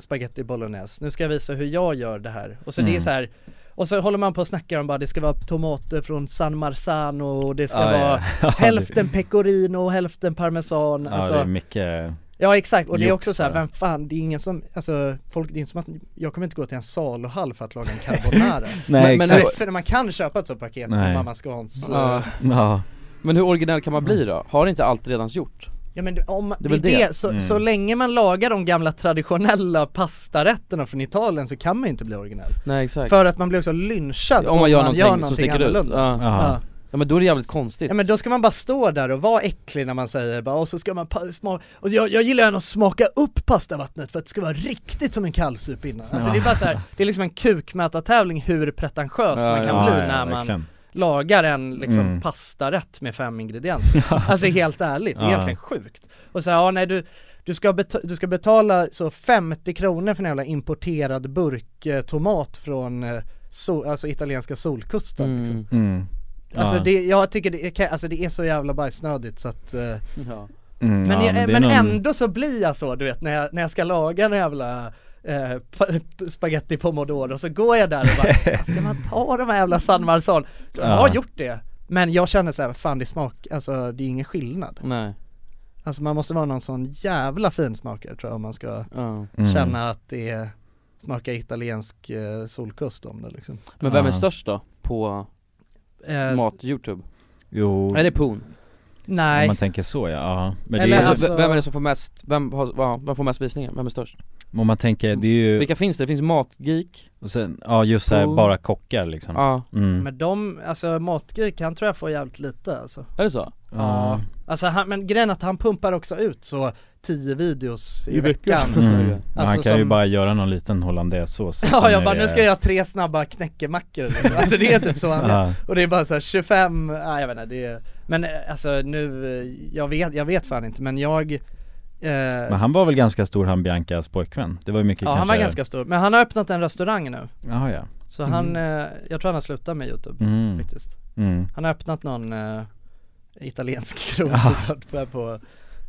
B: spaghetti bolognese, nu ska jag visa hur jag gör det här Och så det är
I: Mm.
B: så här och så håller man på och snackar om bara det ska vara tomater från San Marzano och det ska
I: Ah, Ja, ja. Ja,
B: vara
I: det-
B: hälften pecorino och hälften parmesan
I: Ja
B: alltså,
I: det är mycket
B: Ja exakt, och det är också
I: jox
B: så här,
I: bara.
B: vem fan, det är ingen som, alltså folk, det är inte som att, jag kommer inte gå till en saluhall för att laga en carbonara
A: Nej,
B: men, men
A: exakt.
B: för man kan köpa ett sånt paket
A: Nej.
B: med mamma Scans
A: Ja.
I: Ja.
A: Men hur originell kan man bli då? Har inte allt redan gjort?
B: Ja men om,
A: Det
B: det
A: är
B: är
A: väl
B: det,
A: det.
B: Så,
A: Mm.
B: så länge man lagar de gamla traditionella pastarätterna från Italien så kan man ju inte bli originell
A: Nej exakt
B: För att man blir också lynchad
A: Om man gör någonting,
B: någonting
A: som sticker ut?
B: annorlunda
A: Ja.
B: Ja.
A: ja men då är det jävligt konstigt
B: Ja men då ska man bara stå där och vara äcklig när man säger bara, och så ska man pa- smaka, och jag, jag gillar gärna att smaka upp pastavattnet för att det ska vara riktigt som en kallsup innan. Alltså
G: Ja.
B: det är bara så här, det är liksom en kukmätartävling hur pretentiös
G: Ja,
B: man kan
G: ja,
B: bli
G: ja,
B: när man
G: verkligen.
B: lagar en liksom
G: Mm.
B: pastarätt med fem ingredienser. Alltså helt ärligt, det är
G: Ja.
B: egentligen sjukt. Och så här, ja nej du du ska, beta- du ska betala så 50 kronor för en jävla importerad burk eh, tomat från eh, so- alltså italienska solkusten liksom.
C: Mm.
B: Alltså
C: Ja.
B: det, jag tycker det, är- alltså det är så jävla bajsnödigt så att eh,
C: Mm,
B: Men,
C: ja,
B: jag,
C: men det är
B: men
C: någon-
B: ändå så blir jag så du vet när jag, när jag ska laga en jävla eh, pa- spaghetti pomodoro så går jag där och bara "Fan, Ska man ta de här jävla San Marzan? Så jag
A: Ja.
B: har gjort det Men jag känner så här, fan det smak, alltså det är ingen skillnad
A: Nej
B: Alltså man måste vara någon sån jävla finsmakare tror jag om man ska
A: Mm.
B: känna att det är, smakar italiensk eh, solkust om det liksom
A: Men vem är störst då på
B: Eh,
A: mat-youtube?
C: Jo
A: Är det Poon?
B: Nej.
C: Om man tänker så ja, ja. Men
A: Eller
C: det är,
A: alltså, v- vem är det som får mest, vem, har, ja, vem får mest visningar? Vem är störst?
C: Om man tänker, det är ju
A: Vilka finns det? Det finns Matgeek
C: Och sen, ja just såhär,
A: Pool.
C: bara kockar liksom
A: Ja
C: mm.
B: Oh. Men de, alltså Matgeek han tror jag får jävligt lite alltså
A: Är det så?
C: Ja.
B: Alltså han, men grejen är att han pumpar också ut så 10 videos i,
C: I
B: veckan,
C: veckan. Mm. han kan ju bara göra någon liten hollandaisesås och
B: Alltså Ja
C: sen
B: jag
C: är
B: bara,
C: det-
B: nu ska jag göra tre snabba knäckemackor eller något. Alltså det är typ så han
C: Ja.
B: gör. Och det är bara så här 25, nej jag vet inte det är, Men eh, alltså nu, eh, jag vet, jag vet fan inte men jag eh,
C: Men han var väl ganska stor han Biancas pojkvän? Det var ju mycket
B: Ja
C: kanske
B: han var ganska stor, men han har öppnat en restaurang nu
C: Jaha, ja.
B: Så han, eh, jag tror han har slutat med youtube
C: Mm.
B: faktiskt
C: Mm.
B: Han har öppnat någon eh, italiensk krog
C: Ja.
B: såklart på, på,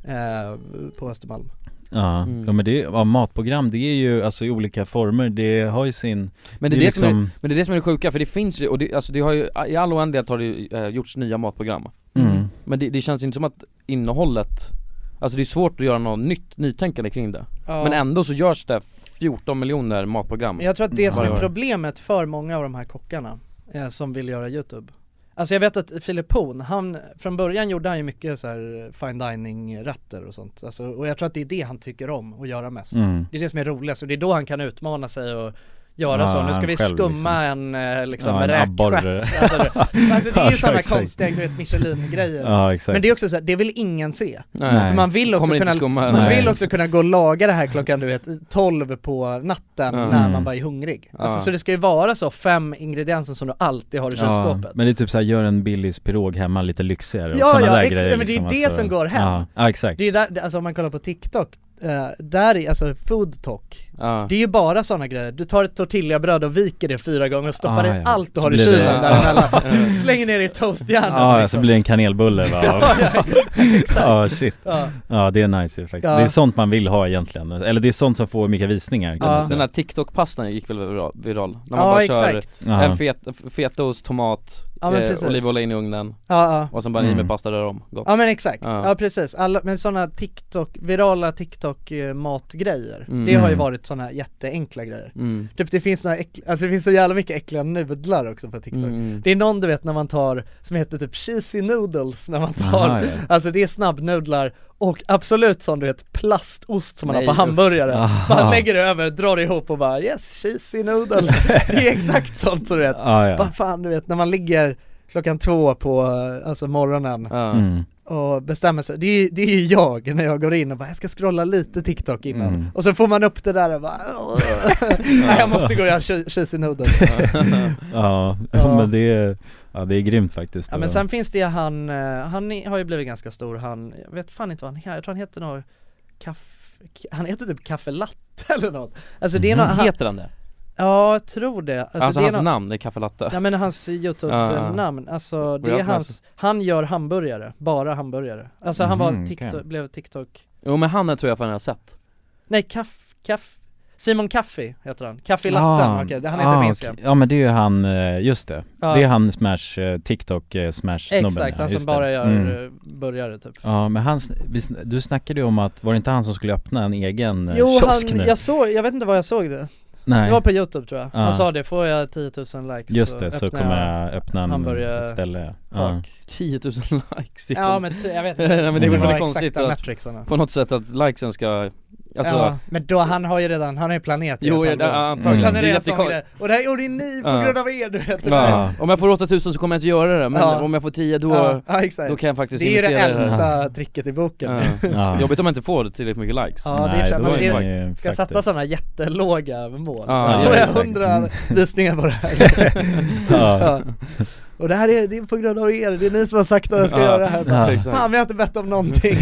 B: eh, på Östermalm
C: Ja,
A: Mm.
C: ja men det, är- ja, matprogram det är ju alltså i olika former, det har ju sin
A: Men det, är det, som
C: liksom-
A: är, men det är det som är det sjuka, för det finns ju, och det, alltså det har ju, i all oändlighet har det ju, eh, gjorts nya matprogram
C: Mm.
A: Men det, det känns inte som att innehållet, alltså det är svårt att göra något nytt, nytänkande kring det
B: Ja.
A: Men ändå så görs det 14 miljoner matprogram
B: Men jag tror att
C: Mm,
B: det som
A: varje
B: är
A: år.
B: problemet för många av de här kockarna eh, som vill göra YouTube Alltså jag vet att Philip Poon, han, från början gjorde han ju mycket så här eh, fine dining rätter och sånt alltså, Och jag tror att det är det han tycker om att göra mest
C: Mm.
B: Det är det som är roligast och det är då han kan utmana sig och göra
C: Ja,
B: så, nu ska
C: Ah, han
B: vi
C: själv
B: skumma en eh, liksom
C: Ja, en abborre.
B: räkstjärt alltså, det- alltså det är
C: Ja,
B: ju sådana
C: exakt.
B: konstiga du vet, Michelin-grejer
C: Ja, exakt.
B: Men det är också så här, det vill ingen se
C: Nej.
B: För man vill också
A: Kommer inte
B: kunna,
A: skumma
B: man
A: den.
B: vill
A: Nej.
B: också kunna gå och laga det här klockan du vet 12 på natten
C: Ja.
B: när man
C: Mm.
B: bara är hungrig Alltså
A: Ja.
B: så det ska ju vara så fem ingredienser som du alltid har i
C: Ja,
B: kylskåpet
C: men det är typ såhär, gör en Billys pirog hemma lite lyxigare och
B: Ja,
C: såna
B: ja,
C: där
B: ex-
C: grejer
B: ja, men det är
C: liksom,
B: det som går hem.
C: Ja, ja exakt
B: Det är där, alltså om man kollar på TikTok, eh, där är alltså food talk
A: Ja.
B: Det är ju bara sådana grejer, du tar ett tortillabröd och viker det fyra gånger och stoppar
C: Ah,
B: i
C: ja.
B: allt du
C: Så
B: har i
C: blir det-
B: kylen
C: Ja. Mm.
B: däremellan, slänger ner i toastjärnet
C: Ja,
B: liksom.
C: så blir det en kanelbulle va?
B: Ja, ja, exakt.
C: Ja, shit
B: Ja.
C: ja. det är nice ju faktiskt
A: Ja.
C: Det är sånt man vill ha egentligen, eller det är sånt som får mycket visningar kan man
A: Ja.
C: säga.
A: Den här TikTok-pastan gick väl vira- viral? När man
B: Ja,
A: bara
B: exakt.
A: kör
C: Ja.
A: en fet, fetaost, tomat,
B: Ja, men precis.
A: eh, olivolja in i ugnen
B: Ja, ja.
A: Och sen bara i
C: Mm.
A: med pasta, rör om, gott
B: Ja men exakt, ja, precis, Alla, men sådana TikTok, virala TikTok eh, matgrejer
A: Mm.
B: Det har ju
A: Mm.
B: varit sådana jätteenkla grejer
A: Mm.
B: Typ det finns några äckl- alltså det finns så jävla mycket äckliga nudlar också på TikTok
A: Mm.
B: Det är någon du vet när man tar, som heter typ cheesy noodles när man tar,
A: Aha, ja.
B: alltså det är snabbnudlar och absolut sån du vet plastost som man
A: Nej,
B: har på
A: usch.
B: hamburgare
A: Ah.
B: Bara lägger det över, drar det ihop och bara yes cheesy noodles Det är exakt sånt som du vet,
C: Ah, ja.
B: vad fan du vet när man ligger klockan två på eh, alltså morgonen
C: Mm.
B: och bestämmer sig, det är, ju- det är ju jag när jag går in och bara jag ska scrolla lite TikTok innan
C: Mm.
B: och så får man upp det där och bara Nej jag måste gå och göra che- cheesy noodles
C: ja,
B: Ja.
C: men det är, ja det är grymt faktiskt
B: Ja men sen finns det ju han, eh, han i- har ju blivit ganska stor, han, jag vet fan inte vad han heter, jag tror han heter något kaff, k- han heter typ kaffelatte eller något Alltså det är
A: Mhm.
B: något,
A: Heter han det?
B: Ja, jag tror det Alltså,
A: Alltså,
B: det
A: hans
B: är nå-
A: namn är Caffe Latte
B: Ja men hans youtube-namn, alltså det
A: Och
B: är
A: jag-
B: hans, han gör hamburgare, bara hamburgare Alltså han var
A: Mhm,
B: TikTok,
A: okej.
B: blev TikTok,
A: Jo men han är, tror jag fan jag har sett
B: nej kaff, kaff Simon Kaffi heter han, Kaffilatten, okej det- han heter
C: ah,
B: på
C: okej.
B: Instagram
C: Ja men det är ju han, eh, just det
B: Ja.
C: Det är han smash, eh, TikTok eh, smash snubben
B: Exakt, han som bara gör
A: Mm.
B: eh, burgare typ
C: Mm. Ja men han, sn- vi, sn- du snackade ju om att, var det inte han som skulle öppna en egen eh,
B: Jo,
C: kiosk
B: han,
C: nu?
B: jag såg, jag vet inte var jag såg det
C: Nej.
B: Det var på youtube tror jag,
A: Ah.
C: Ja.
B: han sa det, får jag 10 000 likes
C: Just det, så
B: öppnar
C: kommer jag öppna en,
B: hamburgare-
C: ett ställe ja.
B: hak.
A: 10 000 likes, det är
B: Ja,
A: konst-
B: men ty- jag vet inte.
A: Nej men det
B: Det
A: är väl
B: var
A: väldigt
B: exakta
A: konstigt
B: matrixarna.
A: att, på något sätt att likesen ska, alltså
B: ja, men då, han har ju redan, han har ju planerat
A: Jo,
B: ett
A: ja,
B: halvår.
A: ja, antagligen.
B: Sen är
A: Det
B: det
A: är
B: en sån
A: jättekon-
B: grej, och det här gjorde ni på
A: Ja.
B: grund av er du vet det
A: ja.
B: där.
A: Om jag får 8000 så kommer jag inte göra det, men
B: Ja.
A: om jag får 10 då,
B: Ja, ja, exakt.
A: då kan jag faktiskt
B: Det är ju det
A: investera i
B: äldsta tricket i boken.
A: Ja.
B: Ja.
A: Jobbigt om jag inte får tillräckligt mycket likes
B: Ja det är klart, man
A: då
B: ska,
A: är det-
B: ska sätta sådana jättelåga mål.
A: Ja, ja,
B: Då är
C: Mm.
A: exakt.
B: hundra
A: Mm.
B: visningar på det här.
A: Ja.
B: Och det här är, det är på grund av er, det är ni som har sagt att jag ska
C: Ja,
B: göra det här bara,
C: ja, exakt.
B: Fan vi har inte bett om någonting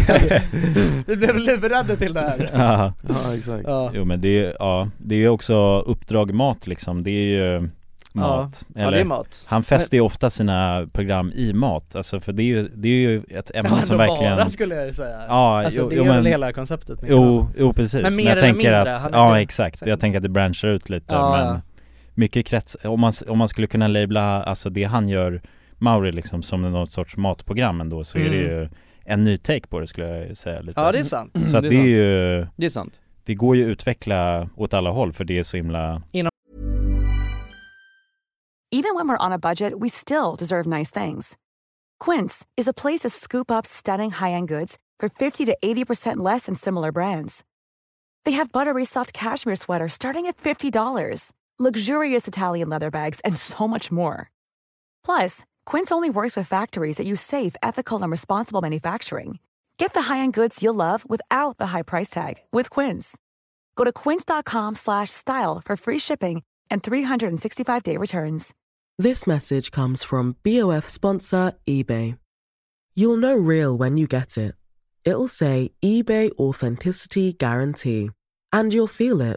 B: Vi blev lurade till det här
C: Ja,
A: Ja, exakt.
B: Ja.
C: Jo men det är, ja, det är ju också uppdrag mat liksom, det är ju mat
B: Ja, det är mat.
C: Han fäster ju ofta sina program i mat, alltså för det är ju, det är ju ett ämne
B: Ja,
C: som
B: ändå
C: verkligen
B: bara, skulle jag säga.
C: Ja,
B: Alltså,
C: jo,
B: det
C: jo,
B: är väl
C: men-
B: hela konceptet med
C: Jo,
B: kanalen.
C: jo precis,
B: Men
C: men,
B: mer
C: jag
B: eller
C: tänker
B: mindre,
C: att,
B: han är
C: ja
B: ju-
C: exakt, jag tänker att det branchar ut lite
B: Ja,
C: men
B: ja.
C: Mycket krets, om man, s- om man skulle kunna labla, alltså det han gör Mauri liksom som något sorts matprogram ändå så är det
B: Mm.
C: ju en ny take på det skulle jag ju säga lite
B: Ja, det är sant.
C: Så att
B: Det
C: det
B: är
C: är,
B: sant.
C: ju
A: Det är sant
C: Det går ju att utveckla åt alla håll för det är så himla
F: Even when we're on a budget, we still deserve nice things. Quince is a place to scoop up stunning high end goods for 50 to 80% less than similar brands. They have buttery soft cashmere sweaters starting at $50, luxurious Italian leather bags, and so much more. Plus, Quince only works with factories that use safe, ethical, and responsible manufacturing. Get the high-end goods you'll love without the high price tag with Quince. Go to quince.com slash style for free shipping and 365-day returns.
J: This message comes from BOF sponsor eBay. You'll know real when you get it. It'll say eBay Authenticity Guarantee. And you'll feel it.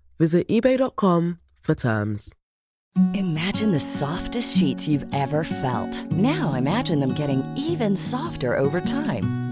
J: Visit eBay.com for terms.
K: Imagine the softest sheets you've ever felt. Now imagine them getting even softer over time.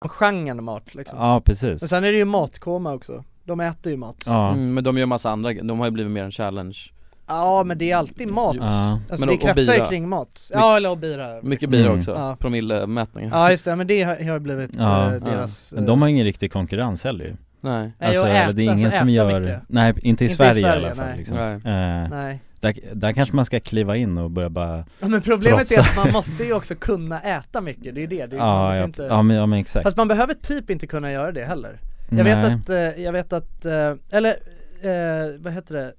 B: Genren mat liksom
C: Ja, precis.
B: Men sen är det ju matkoma också, de äter ju mat
A: Mm, men de gör massa andra gre- de har ju blivit mer en challenge
B: Ja men det är alltid mat,
A: Ja.
B: alltså
A: Men
B: det
A: och- och
B: kretsar ju
A: bira.
B: kring mat
A: My-
B: Ja eller och bira
A: Mycket
B: liksom.
A: bira
C: Mm.
A: också,
B: Ja.
A: promillemätningar
B: Ja just det, men det har har blivit eh, deras
C: Men de har ingen riktig konkurrens heller ju
A: Nej.
B: Nej,
C: Alltså
B: och
C: eller det är
B: äta,
C: ingen
B: alltså
C: som
B: äta
C: gör,
B: mycket.
C: nej inte i Sverige, i alla fall
B: nej.
C: liksom
B: Nej.
C: Eh,
B: Nej.
C: Där, där kanske man ska kliva in och börja bara
B: Ja men problemet är att
C: frossa.
B: man måste ju också kunna äta mycket, det är ju det, det är ju-
C: Ja,
B: man kan
C: ja.
B: inte...
C: Ja, men- ja, men exakt.
B: Fast man behöver typ inte kunna göra det heller Jag vet
C: Nej.
B: att, eh, jag vet att, eh, eller eh, vad heter det?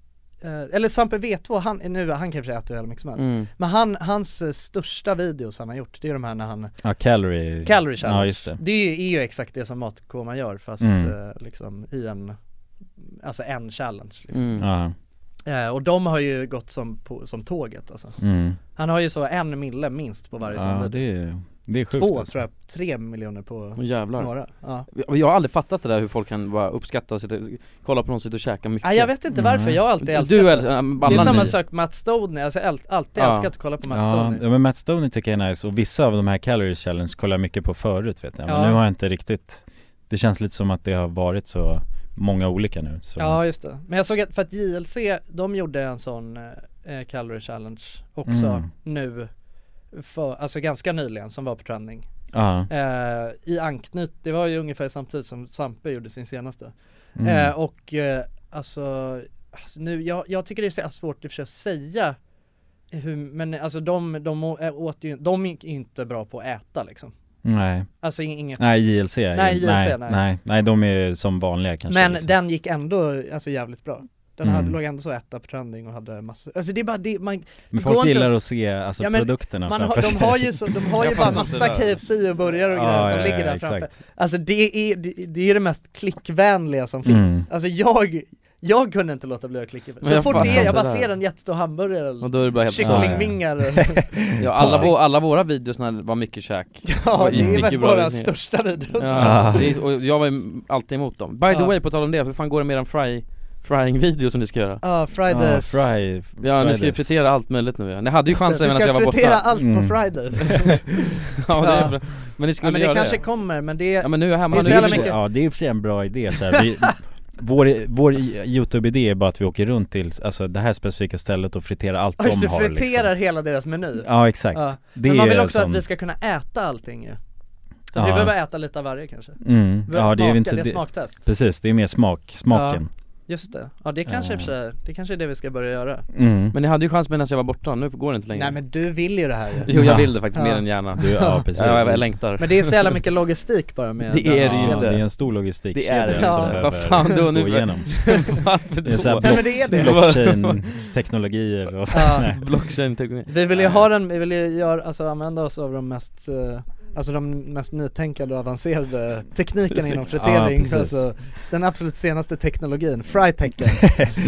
B: Eh, eller Sampe V2, han, nu, han kanske äter hur jävla mycket som helst
C: Mm.
B: Men han, hans eh, största videos han har gjort, det är de här när han
C: Ja, calorie
B: Calorie challenge,
C: Ja just det
B: är ju- är ju exakt det som matkoma gör fast
C: Mm.
B: eh, liksom i en, alltså en challenge liksom.
C: Mm. Ja.
B: Eh, och de har ju gått som, på, som tåget alltså.
C: Mm.
B: Han har ju så en mille minst på varje sån
C: Ja
B: video.
C: det är, det är sjukt
B: Två
C: alltså.
B: tror jag, tre miljoner på
A: Åh, jävlar.
B: några ja.
A: Jag- Jag har aldrig fattat det där hur folk kan bara uppskatta och sitta, kolla på någon sitta och käka mycket
B: Nej jag vet inte varför, jag har alltid
A: Du
B: älskat
A: äl-
B: det.
A: ähm,
B: Det är
A: alla
B: samma
A: ni.
B: sak Matt Stoney, alltså jag har alltid älskat att kolla på Matt
C: ja,
B: Stoney
C: Ja men Matt Stoney tycker jag är nice och vissa av de här calorie challenge kollar jag mycket på förut vet jag Men
B: Ja.
C: nu har jag inte riktigt Det känns lite som att det har varit så många olika nu så.
B: Ja just det, men jag såg att för att JLC, de gjorde en sån eh, calorie challenge också
C: Mm.
B: nu för, alltså ganska nyligen som var på trending
C: Ja.
B: eh, I anknyt, det var ju ungefär samtidigt som Sampe gjorde sin senaste
C: Mm.
B: eh, Och eh, alltså, alltså nu, jag, jag tycker det är så jävla svårt i och för sig att säga hur, men alltså de, de å- ä- åt ju, de gick inte bra på att äta liksom
C: Nej
B: Alltså ing- inget
C: Nej JLC, är ju-
B: Nej, JLC,
C: nej,
B: nej.
C: nej Nej de är ju som vanliga kanske
B: Men
C: liksom.
B: den gick ändå, alltså jävligt bra Den
C: Mm.
B: hade, låg ändå så etta på trending och hade massa, alltså det är bara det, man det
C: Men
B: går
C: folk
B: inte-
C: gillar att se alltså
B: Ja, men
C: produkterna
B: man har,
C: framför
B: De
C: sig.
B: har ju, så, de har ju
C: Jag
B: bara
C: fattar inte
B: massa
C: det där.
B: KFC och burgare och
C: Ja,
B: grejer som
C: ja,
B: ligger där
C: ja,
B: framför
C: exakt.
B: Alltså det är, det, det är ju det mest klickvänliga som finns
A: Mm.
B: Alltså jag, jag kunde inte låta bli att klicka
A: Men
B: Så
A: jag
B: fort
A: fattar
B: det är, jag
A: inte
B: bara
A: det där.
B: ser en jättestor hamburgare eller
A: Och då är det bara helt
B: kycklingvingar och-
A: Ja alla, vå- alla våra videos när det var mycket käk
B: Ja, det
A: gick
B: är väl
A: mycket bra
B: våra
A: ner.
B: största videos.
A: ja,
B: Ja.
A: det är, och jag var ju alltid emot dem By the
B: Ja.
A: way, på tal om det, hur fan går det med den fry frying-video som ni ska göra
B: Ja, Fridays.
A: Ja, fry, ja ni ska ju
B: Fridays.
A: fritera allt möjligt nu ja. Ni hade ju
B: Just det,
A: chansen
B: vi ska
A: medan jag var borta
B: fritera allt på
A: Mm.
B: Fridays.
A: Ja, det
B: Ja.
A: är bra. Men ni
B: Ja,
A: skulle
B: men det
A: göra
B: kanske
A: det
B: kommer men det
A: Ja, men nu är jag hemma,
B: det är
A: nu
B: så
A: är
B: jävla
A: vi-
B: mycket
I: Ja det är i och för sig en bra idé så här. Vi, Vår, vår Youtube-idé är bara att vi åker runt till alltså, det här specifika stället och friterar allt
B: Ja, just
I: de
B: det,
I: har liksom.
C: liksom-
B: friterar hela deras meny
I: Ja, exakt. Det
B: Men man
I: är
B: vill också
I: som-
B: att vi ska kunna äta allting ju Så
I: Ja.
B: vi behöver äta lite av varje kanske
I: liksom. mm.
B: Vi behöver
I: ja, det är
B: smaka,
I: ju inte
B: det är smaktest
I: Precis, det är mer smak, smaken
B: ja, Just det, ja det kanske i och för sig, det kanske är det vi ska börja göra
I: Mm.
A: Men ni hade ju chans medan jag var borta, nu går det inte längre
B: Nej men du vill ju det här ju
A: Jo jag vill det faktiskt mer än gärna
I: Du- ja, precis.
A: Ja, jag, jag längtar
B: Men det är så jävla mycket logistik bara med
A: Det är det ju
B: inspelningen.
A: inte.
I: Det är en stor logistikkedja
A: Det är det.
I: som
A: Ja.
I: behöver
A: Vad fan då nu?
I: gå igenom
A: Varför
I: Det är så här
A: då?
I: block,
B: Nej, men det är det.
I: blockchain-teknologier och
B: Ja.
A: Blockchain-teknik
B: Vi vill ju ha den, vi vill ju göra, alltså använda oss av de mest eh, Alltså de mest nytänkande och avancerade tekniken inom
A: Ja,
B: fritering,
A: precis.
B: alltså den absolut senaste teknologin, frytecken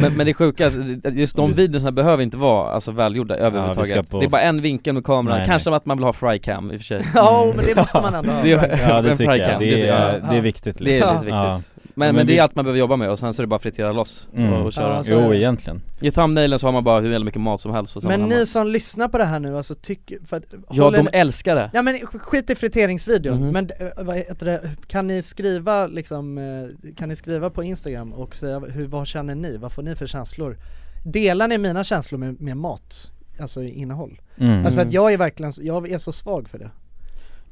A: men, men det sjuka, är att just de videorna behöver inte vara alltså, välgjorda överhuvudtaget
I: ska på-
A: Det är bara en vinkel med kameran,
I: Nej,
A: kanske att man vill ha frycam i och för sig
B: Ja, men det måste man ändå ha.
A: Det är-
I: Ja, det
A: en
I: tycker jag.
A: frycam,
I: Det är-
A: tycker jag.
I: det är viktigt
A: Det är
I: liksom.
A: lite viktigt
I: Ja.
A: Men,
I: Men
A: men det
I: vi-
A: är allt man behöver jobba med och sen så är det bara att fritera loss
I: Mm.
A: och, och köra
B: Ja, alltså- så är Jo, det.
I: egentligen.
A: I thumbnailen så har man bara hur jävla mycket mat som helst och sen
B: Men
A: man hemma.
B: ni som lyssnar på det här nu, alltså tycker, för att,
A: Ja
B: håller
A: de
B: ni-
A: älskar det!
B: Ja men sk- skit i friteringsvideon,
A: Mhm.
B: men eh, vad heter det, kan ni skriva liksom, eh, kan ni skriva på Instagram och säga hur, vad känner ni, vad får ni för känslor? Delar ni mina känslor med, med mat? Alltså i innehåll?
A: Mm.
B: Alltså för
A: Mm.
B: att jag är verkligen, så- jag är så svag för det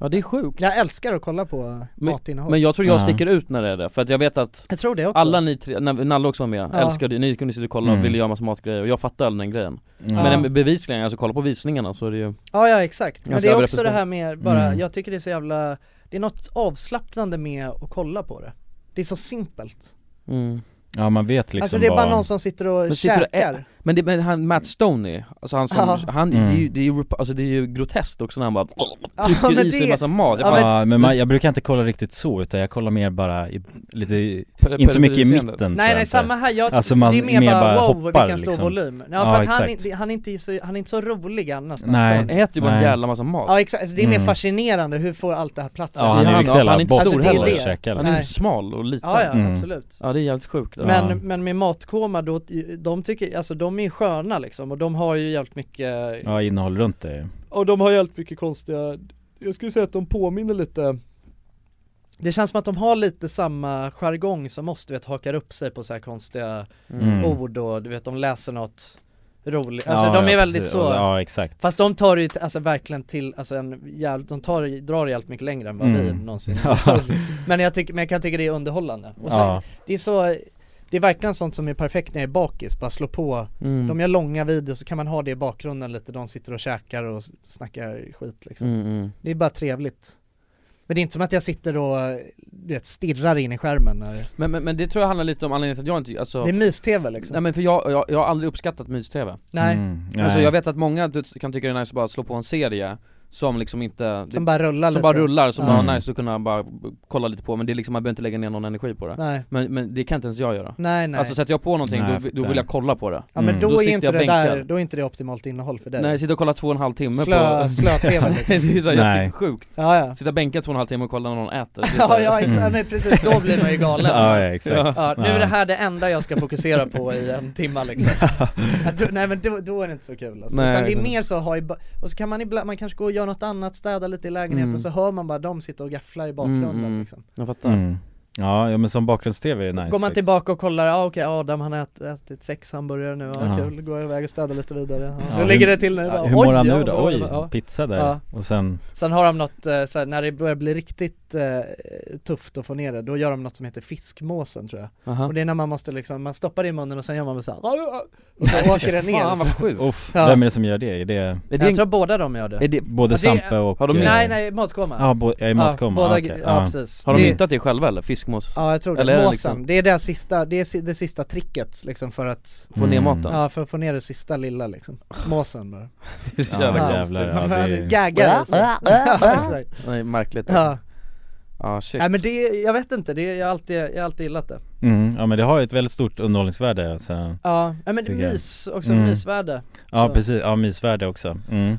A: Ja det är sjukt
B: Jag älskar att kolla på
A: Men,
B: matinnehåll
A: men jag tror jag sticker ut när det är det, för att jag vet att
B: Jag tror det också.
A: Alla ni tre, när Nalle också var med,
B: Ja.
A: älskade, ni kunde sitta och kolla
I: Mm.
A: och ville göra massa matgrejer och jag fattade all den grejen
B: Ja.
A: Men eh, bevisligen, alltså kolla på visningarna så är det ju
B: Ja ja exakt, men
A: Ganska
B: det är också det
A: överrepresenterat.
B: här med bara,
A: Mm.
B: jag tycker det är så jävla, det är något avslappnande med att kolla på det Det är så simpelt
I: Mm. Ja man vet liksom
B: Alltså det är bara
I: vad-
B: någon som sitter och
A: Men sitter
B: käkar
A: och ä- Men, det, men han Matt Stoney, alltså han som,
B: Mm. Ja.
A: han,
I: Mm.
A: det, är ju, det, är ju, rep- alltså det är ju groteskt också när han bara
B: Ja,
A: trycker
B: men
A: i sig
B: det-
A: en massa mat
I: Ja,
A: Jag fan-
I: men, man, jag brukar inte kolla riktigt så utan jag kollar mer bara i, lite, i-
A: Per-
I: inte så mycket i mitten
A: periferiseende.
I: tror
B: Nej
I: jag
B: nej
I: inte.
B: samma här, jag,
I: alltså man,
B: det är mer bara, wow
I: hoppar,
B: vilken stor
I: liksom.
B: volym Ja, för
I: ja
B: att han,
I: exakt.
B: är- han, är inte så, han är inte så rolig annars
I: Nej.
B: Matt Stone.
A: Han äter ju bara en
I: Nej.
A: jävla massa mat
B: Ja exakt, alltså, det är mer
I: Mm.
B: fascinerande, hur får allt det här platsen?
I: Ja, han är ju riktigt
A: han är
I: jävla
A: inte så
I: boss
A: stor
I: på
A: heller.
I: att
B: det är det.
I: käka
A: Han är ju
B: Nej.
A: smal och liten
B: Ja, ja, Mm. absolut.
A: Ja det är jävligt sjukt
B: Men, men med matkoma då, de tycker, alltså de är ju sköna liksom och de har ju jävligt mycket
I: Ja innehåll runt
A: Mm.
I: det
B: Och de har jävligt mycket konstiga, jag skulle säga att de påminner lite Det känns som att de har lite samma jargong som oss, du vet hakar upp sig på så här konstiga
I: Mm.
B: ord och du vet de läser något roligt, Oh, alltså
I: Ja,
B: de är
I: ja,
B: väldigt
I: precis.
B: så
I: Ja, exakt.
B: Fast de tar det ju t- alltså verkligen till, alltså en jävligt, de tar, det- drar det jävligt mycket längre än vad
I: Mm.
B: vi någonsin
I: Ja.
B: Men jag tycker, men jag kan tycka det är underhållande och sen,
I: Ja.
B: det är så det är verkligen sånt som är perfekt när jag är bakis, bara slå på
A: Mm.
B: De gör långa videos så kan man ha det i bakgrunden lite, de sitter och käkar och s- snackar skit liksom
A: Mm, mm.
B: Det är bara trevligt Men det är inte som att jag sitter och du vet, stirrar in i skärmen när...
A: Men, men, men det tror jag handlar lite om anledningen till att jag inte, alltså
B: Det är mys-tv liksom
I: Mm.
A: Nej men för jag, jag, jag har aldrig uppskattat mys-tv
B: Nej. Mm, nej.
A: Alltså jag vet att många du- kan tycka det är nice att bara slå på en serie som liksom inte
B: Som bara rullar
A: Som
B: lite.
A: bara rullar, som
B: Ja.
I: Mm.
A: bara nice att kunna bara b- kolla lite på men det är liksom, man behöver inte lägga ner någon energi på det
B: Nej.
A: Men, men det kan inte ens jag göra
B: Nej, nej.
A: Alltså sätter jag på någonting
I: Nej,
A: då,
I: fattar.
A: då vill jag kolla på det
B: Ja men då, är
A: sitter
B: inte
A: jag
B: det
A: bänkad.
B: där, då är inte det optimalt innehåll för dig
A: Nej, sitta och kolla två och en halv timme
B: Slö-
A: på
B: slö-tv liksom.
A: Det är så
I: Nej.
A: jävligt sjukt
B: ja, ja.
A: Sitta och bänka två och en halv timme och kolla när någon äter Det är så
B: Ja,
A: här-
B: ja exakt,
I: Mm.
B: men precis, då blir man ju galen
A: Ja, ja, exakt.
B: Ja, Nu är det
A: Ja.
B: här det enda jag ska fokusera på i en timme liksom ja, då, Nej men då, då är det inte så kul alltså.
A: Nej,
B: Utan det är
A: exakt.
B: mer så att ha i, ba- och så kan man ibland, man kanske går och gör något annat, städa lite i lägenheten
A: Mm.
B: så hör man bara dem sitta och gaffla i bakgrunden liksom
A: Jag fattar
I: mm. ja, ja men som bakgrunds-tv är nice
B: Går man
I: faktiskt.
B: tillbaka och kollar, ja ah, okej Adam han har ätit, ätit sex hamburgare nu, ja,
I: Ja.
B: kul, går jag iväg och städar lite vidare ja.
I: Ja,
B: Hur ligger det till nu?
I: ja,
B: Bara,
I: Hur mår han
B: ja,
I: nu då?
B: bra,
I: Oj,
B: ja.
I: pizza där
B: Ja.
I: och sen
B: Sen har de något, eh, såhär, när det börjar bli riktigt eh, tufft att få ner det, då gör de något som heter fiskmåsen tror jag
A: Aha.
B: Och det är när man måste liksom, man stoppar det i munnen och sen gör man såhär Och så åker den ner
A: Fan, vad sjukt.
I: Uff,
B: Ja.
I: Vem är det som gör det? Är det, är
B: Jag tror båda de gör det,
I: Både
B: Alltså, det-
I: Sampe och... eh,
B: Nej nej, matkoma
I: Ja, bo, ja, i matkoma,
B: ja, båda,
I: okej. Ah.
B: gre- ja, precis
A: Ah, Har de
B: Det-
A: myntat det själva eller? Fiskmås?
B: Ja jag tror det,
A: Eller är
B: måsen,
A: liksom-
B: det är det sista, det är si- det sista tricket liksom för att
A: Få ner Mm. maten?
B: Ja för att få ner det sista lilla liksom, måsen bara
A: Det är så jävla
B: Ja.
A: jävlar, ja,
B: Man
A: det är-
B: gaggar alltså. Ja, exakt.
A: Nej, märkligt
B: Ja,
A: Ja shit
B: nej men det, jag vet inte, det, jag har alltid, jag har alltid gillat det
I: Mm, ja men det har ju ett väldigt stort underhållningsvärde alltså,
B: Ja, ja, men det är
I: tycker jag.
B: mys, också
A: Mm.
B: mysvärde.
I: Ja
B: Så.
I: precis, ja mysvärde också mm.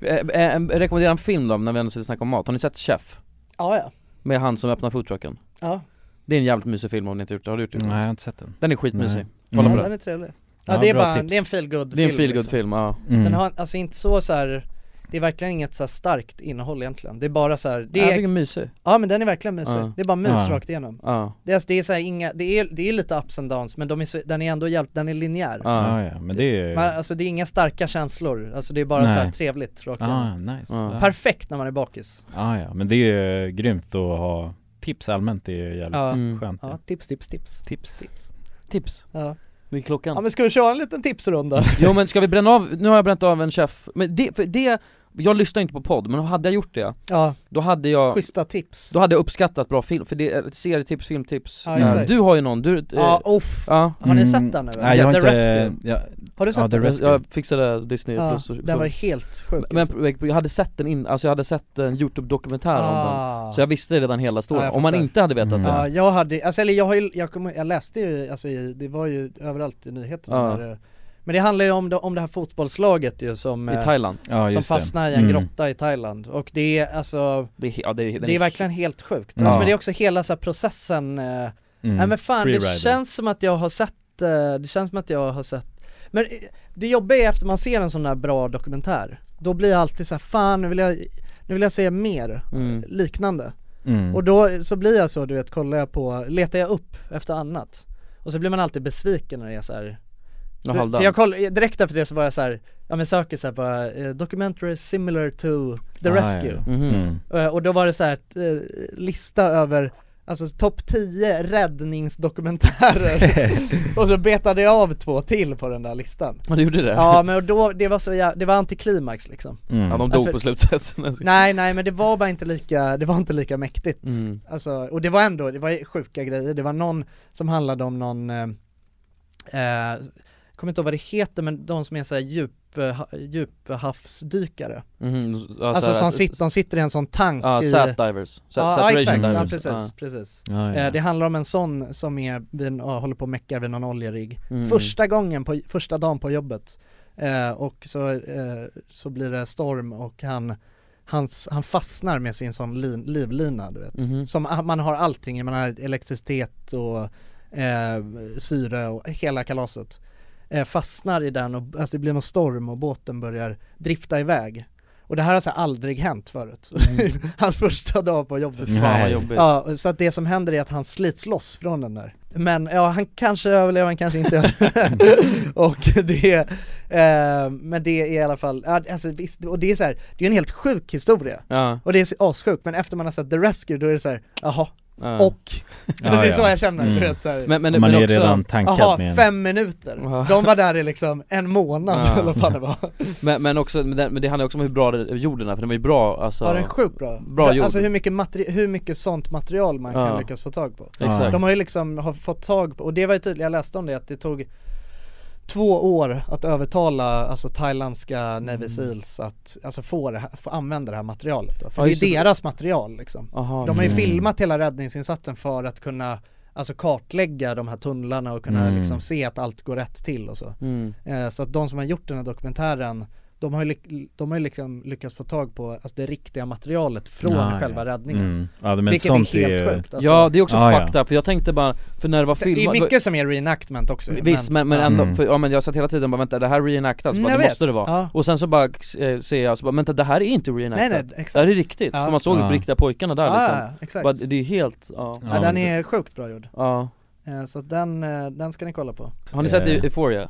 A: Eh, eh, eh, Rekommendera en film då, när vi ändå sitter och snackar om mat. Har ni sett Chef?
B: Ja, ja.
A: Med han som öppnar foodtrucken?
B: Ja.
A: Det är en jävligt mysig film om ni inte gjort det, har du gjort det?
I: Nej, jag har inte sett den. Mm.
A: Den är skitmysig
I: Nej.
A: Kolla
B: Ja,
A: på
B: den
A: den.
B: är trevlig. Ja,
A: Ja,
B: det är
A: bra
B: bara,
A: tips.
B: det är en feelgood film
A: Det är en feel
B: liksom.
A: good film, ja. Mm.
B: Den har, alltså inte så så här. Det är verkligen inget så här starkt innehåll egentligen, det är bara så här, det
A: Ja,
B: är
A: jag tycker den är mysig.
B: Ja men den är verkligen mysig,
A: Ja.
B: det är bara mys
A: Ja.
B: rakt igenom
A: Ja.
B: Det är, alltså, det är så här inga, det är, det är lite ups and downs men de är, så- den är ändå hjälpt, den är linjär
I: Ja. Ah, ja, men det är ju-
B: Man, Alltså det är inga starka känslor, alltså det är bara
I: Nej.
B: så här trevligt rakt
I: Ah,
B: igenom
I: nice. Ja.
B: Perfekt när man är bakis
I: ah, ja, men det är ju grymt att ha tips allmänt, det är ju jävligt
B: Ja. Mm.
I: skönt
B: Ja, tips, tips, tips
I: Tips
B: Tips
A: Tips
B: Ja
A: Det är klockan
B: Ja men ska vi köra en liten tipsrunda?
A: Jo men ska vi bränna av, nu har jag bränt av en chef, men det, för det, jag lyssnar inte på podd, men hade jag gjort det,
B: Ja.
A: då hade jag
B: Schyssta tips
A: Då hade jag uppskattat bra film, för det är ett serietips, filmtips
B: Ja, exakt.
A: Du har ju någon, du... eh,
B: Ja, uff. Har
A: Mm,
B: ni sett den nu?
I: Mm. Nej, jag har
A: The
I: inte-
A: Rescue.
I: jag-
B: Har du sett ja, The den? Rescue.
A: Jag fixade Disney
B: Ja,
A: plus och,
B: den var helt sjuk, alltså.
A: Men jag hade sett den in, alltså jag hade sett en youtube-dokumentär om
B: Ah.
A: den Så jag visste redan hela storyn,
B: Ja, jag
A: om man
B: fattar.
A: inte hade vetat det
B: Ja, jag hade, alltså eller jag har ju, jag, kommer, jag läste ju, alltså i, det var ju överallt i nyheterna
A: Ja.
B: där, eh, Men det handlar ju om, det- om det här fotbollslaget ju som
A: I
B: eh,
A: Thailand. Ja,
B: Som
A: just det.
B: fastnar i en
A: Mm.
B: grotta i Thailand och det är alltså
A: Det är, ja, det är, den
B: det är
A: är-
B: verkligen helt sjukt,
A: Ja.
B: alltså, men det är också hela så här processen eh,
I: Mm.
B: Nej men fan det
A: Mm. freerider.
B: känns som att jag har sett, eh, det känns som att jag har sett Men eh, det jobbiga är efter man ser en sån här bra dokumentär Då blir jag alltid så här, fan nu vill jag, nu vill jag se mer eh,
A: Mm.
B: liknande
A: Mm.
B: Och då så blir jag så du vet, kollar jag på, letar jag upp efter annat Och så blir man alltid besviken när det är så här
A: Ja,
B: för
A: halvdan.
B: jag koll, direkt efter det så var jag så här, ja men söker så här bara, eh, documentary similar to The
A: Ah,
B: Rescue
A: ja. Mhm. Mm.
B: Eh, Och då var det så här, ett, eh, lista över Alltså topp 10 räddningsdokumentärer Och så betade jag av två till på den där listan
A: Ja, du gjorde det?
B: Ja men och då, det var så jä- det var antiklimax liksom
A: Mm. Ja, de dog
B: Därför-
A: på slutet.
B: Nej nej men det var bara inte lika, det var inte lika mäktigt
A: Mm.
B: Alltså, och det var ändå, det var ju sjuka grejer, det var någon som handlade om någon eh, eh, Kommer inte ihåg vad det heter men de som är såhär djup, eh, ha- djuphavsdykare
A: Mhm, ja,
B: Alltså
A: så här-
B: som sit, de sitter i en sån tank
A: Ja,
B: i...
A: sat divers. Sa-
B: ja, ja
A: saturation
B: exakt, ja
A: divers.
B: precis,
A: Ja.
B: precis
A: Ja, ja,
B: Eh,
A: ja.
B: Det handlar om en sån som är, vid, en- ja, håller på och meckar vid någon oljerigg
A: Mm.
B: Första gången, på, första dagen på jobbet eh, Och så, eh, så blir det storm och han Hans, han fastnar med sin sån lin, livlina du vet.
A: Mhm.
B: Som a- man har allting, man har elektricitet och eh, syre och hela kalaset. Eh, fastnar i den och alltså det blir någon storm och båten börjar drifta iväg. Och det här har så här aldrig hänt förut.
A: Mm.
B: Hans första dag på jobbet.
A: Fy fan, vad jobbigt.
B: Ja, så att det som händer är att han slits loss från den där. Men ja, han kanske överlever, han kanske inte överlever. Och det, eh, men det är i alla fall, ja, alltså visst, och det är så här, det är en helt sjuk historia.
A: Ja.
B: Och det är så- assjukt, men efter man har sett The Rescue då är det så här, jaha,
A: Ja.
B: och. Det är
A: Ja,
B: så
A: ja.
B: jag känner, du
A: Mm.
B: vet så här.
A: Men- men- Man men är också- redan tankad
B: Jaha,
A: med en-
B: fem minuter.
A: Ja.
B: De var där i liksom en månad eller vad fan det var.
A: men, men också, men det, men det handlar också om hur bra det, jorden är, för den var ju bra alltså
B: Ja den är sjukt bra.
A: Bra jord
B: Alltså hur mycket, materi- hur mycket sånt material man
A: Ja.
B: kan lyckas få tag på.
A: Exakt.
B: De har ju liksom har fått tag på, och det var ju tydligt, jag läste om det att det tog två år att övertala alltså thailändska
A: Mm.
B: Navy Seals att alltså, få, det här, få använda det här materialet då. För
A: Ja,
B: det är
A: just det.
B: deras material liksom.
A: Aha,
B: de har ju
A: mm.
B: filmat hela räddningsinsatsen för att kunna Alltså kartlägga de här tunnlarna och kunna
A: Mm.
B: liksom se att allt går rätt till och så.
A: Mm.
B: Eh, Så att de som har gjort den här dokumentären de har ju, lyck- de har ju liksom lyckats få tag på alltså, det riktiga materialet från
I: Ah, ja.
B: själva räddningen.
I: Mm. Ja, men
B: Vilket
I: sånt
B: är
I: är
B: helt
I: ju-
B: sjukt
A: Ja det är också
I: Ah, ja.
A: fucked up, för jag tänkte bara, för när det var
B: Så Det är
A: filmat
B: mycket som är reenactment också.
A: Visst men, men
B: ja.
A: ändå, för, ja Mm. men jag satt hela tiden bara vänta det här reenactas,
B: Mm,
A: bara,
B: jag
A: det
B: vet.
A: måste det vara
B: Ja.
A: Och sen så bara eh, ser jag, så bara vänta det här är inte reenactat
B: Nej, nej, exakt.
A: Det här är riktigt,
B: Ja.
A: för man såg ju
B: Ja.
A: på riktiga pojkarna där
B: Ja,
A: liksom
B: ja, exakt.
A: Bara, Det är helt, ja,
B: Ja, den är sjukt bra gjord.
A: Ja.
B: Eh, Så att den, eh, den ska ni kolla på.
A: Har ni sett E-
I: Eh.
A: Euphoria?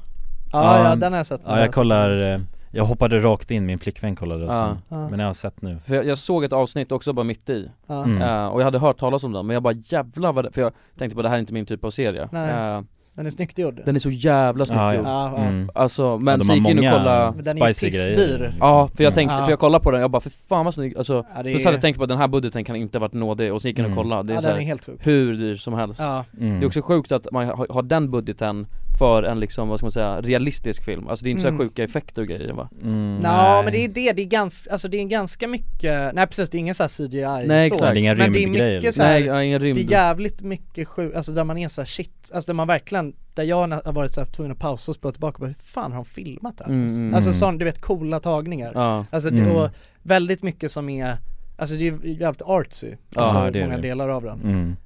B: Ja, ja, den har jag sett. Den
I: Ja
B: har jag
I: jag
B: sett.
I: kollar, eh, jag hoppade rakt in, min flickvän kollade och
A: Ja.
I: sen,
A: Ja.
I: men jag har sett nu
A: För jag, jag såg ett avsnitt också bara mitt i
B: Ja.
I: Mm.
A: Eh, Och jag hade hört talas om den, men jag bara jävlar vad det, för jag tänkte på det här är inte min typ av serie
B: Nej.
A: Eh,
B: Den är snyggt gjord.
A: Den är så jävla snyggt
I: Ja, ja.
A: gjord
B: Ja, ja. Mm.
A: Alltså
I: Ja,
A: men
I: de
A: så
I: har
A: gick jag in
I: många
A: och kollade
B: Men den är ju spicy grejer, pissdyr. liksom.
A: Ja, för jag
B: Mm.
A: tänkte,
B: Ja.
A: för jag kollade på den, jag bara för fan vad snygg, alltså
B: Ja,
A: ja,
B: det
A: Då
B: är-
A: satt jag och tänkte på att den här budgeten kan inte ha varit nådig, och så gick jag in och
B: Mm.
A: kollade, det är,
B: Ja,
A: så
B: den
A: här,
B: är helt sjuk.
A: hur dyr som helst
B: Ja.
I: Mm.
A: Det är också sjukt att man har, har den budgeten för en liksom, vad ska man säga, realistisk film Alltså det är inte
B: Mm.
A: så här sjuka effekter och grejer va?
I: Mm,
B: Ja men det är det, det är ganska, alltså det är ganska mycket, nej precis det är ingen såhär CGI
A: Nej, exakt.
B: så,
A: Det är inga
B: men det är
A: rymdgrejer,
B: mycket
A: liksom.
B: såhär,
A: Nej, ja, ingen
B: det
A: rymd.
B: är jävligt mycket sju, alltså där man är såhär shit, alltså där man verkligen, där jag har varit såhär tvungen att pausa och spola tillbaka och bara hur fan har de filmat det här?
A: Mm, mm,
B: alltså
A: mm.
B: sån, du vet coola tagningar,
A: Ja.
B: alltså det,
A: Mm.
B: och väldigt mycket som är, alltså det är ju jävligt artsy,
A: Ja,
B: alltså
A: det är
B: många
A: det.
B: delar av den
A: Mm.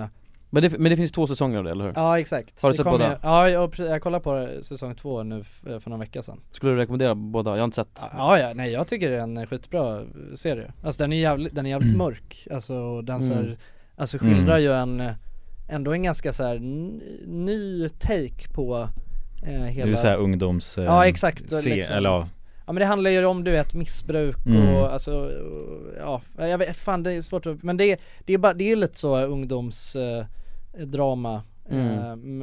B: eh,
A: Men det, men det finns två säsonger av det, eller hur?
B: Ja exakt
A: Har du
B: Det
A: sett
B: kommer-
A: båda?
B: Ja jag, jag kollade på säsong två nu f- för någon vecka sedan
A: Skulle du rekommendera båda? Jag har inte sett
B: Ja, ja, nej jag tycker det är en skitbra serie. Alltså den är jävligt, den är jävligt
I: Mm.
B: mörk, alltså och den så här,
A: Mm.
B: alltså skildrar ju en, eh, ändå en ganska så här n- ny take på eh, hela
I: Det är så här ungdoms... eh,
B: Ja exakt, och
I: se,
B: liksom.
I: eller ja.
B: ja men det handlar ju om du vet missbruk
I: Mm.
B: och alltså, och, ja, jag vet, fan det är svårt att, men det, är- det är bara, det är lite så ungdomsdrama eh, drama,
A: Mm.
B: ehm,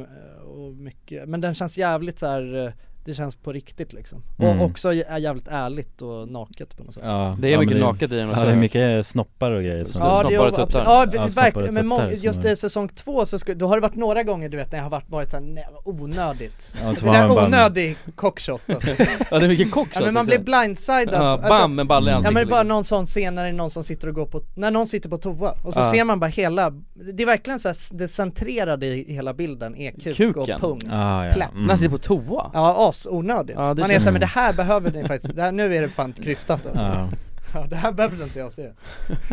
B: och mycket, men den känns jävligt så här eh, det känns på riktigt liksom.
I: Mm.
B: Och också jä- jävligt ärligt och naket på något sätt.
I: Ja,
A: Det är
I: ja,
A: mycket alltså.
I: men
A: naket i den
I: Ja
A: också.
I: det är mycket snoppar och grejer som
B: Ja, det är, absolut, ja, ja
I: snoppar och
B: verkligen,
I: tuttar
B: men må,
A: liksom.
I: som
B: just
I: är-
B: i säsong två så skulle, då har det varit några gånger du vet när jag har varit, varit såhär, nej vad onödigt
A: Ja, så
B: Det
A: var
B: där
A: man bara-
B: onödig cockshot alltså.
A: Ja, det är mycket cockshot,
B: Ja, men man
A: tycker
B: blir
A: jag.
B: blindside
A: Ja,
B: alltså.
A: bam, en balle i
B: Ja men det är
A: ansiktet,
B: bara någon sån scen när det är någon som sitter och går på, när någon sitter på toa och så
A: Ja.
B: ser man bara hela, det är verkligen såhär, det centrerade i hela bilden är kuk
A: Kuken?
B: och pung,
A: Ah, ja.
B: plätt
A: Mm. När sitter på toa?
B: Ja as onödigt.
A: Ja, det
B: man är såhär,
A: känns-
B: men det här behöver ni faktiskt, det här, nu är det fan krystat alltså.
A: Ja.
B: Ja det här behöver inte jag se.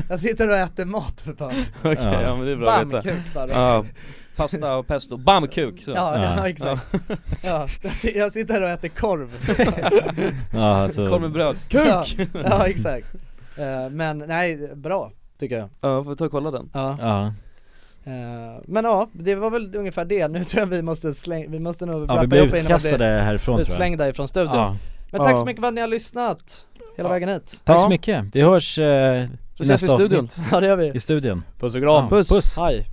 B: Jag sitter och äter mat för fan.
A: Okej, ja. men det är bra att
B: Bam,
A: veta.
B: kuk bara.
A: Ja, pasta och pesto, bam kuk! Så.
B: Ja, ja, exakt. Ja, jag, si- jag sitter här och äter korv.
A: Ja, alltså- Korv med bröd. Kuk!
B: Ja, ja exakt. Eh, men nej, bra tycker jag.
A: Ja, får ta och kolla den
B: Ja,
I: Ja,
B: Eh, men ja, det var väl ungefär det. Nu tror jag vi måste slänga, vi måste nog
I: vi
B: wrappa
I: blir
B: upp innan man
I: utkastade
B: blir
I: härifrån, tror jag.
B: Utslängda ifrån studion.
I: Ja.
B: Men tack
I: Ja.
B: så mycket för att ni har lyssnat hela vägen hit.
I: tack så mycket, vi hörs eh, i
B: Så ses vi i
I: nästa
B: studion.
I: avsnitt.
B: Ja, det gör vi.
I: I studion
B: Puss och kram.
I: Ja,
B: Puss. Hej.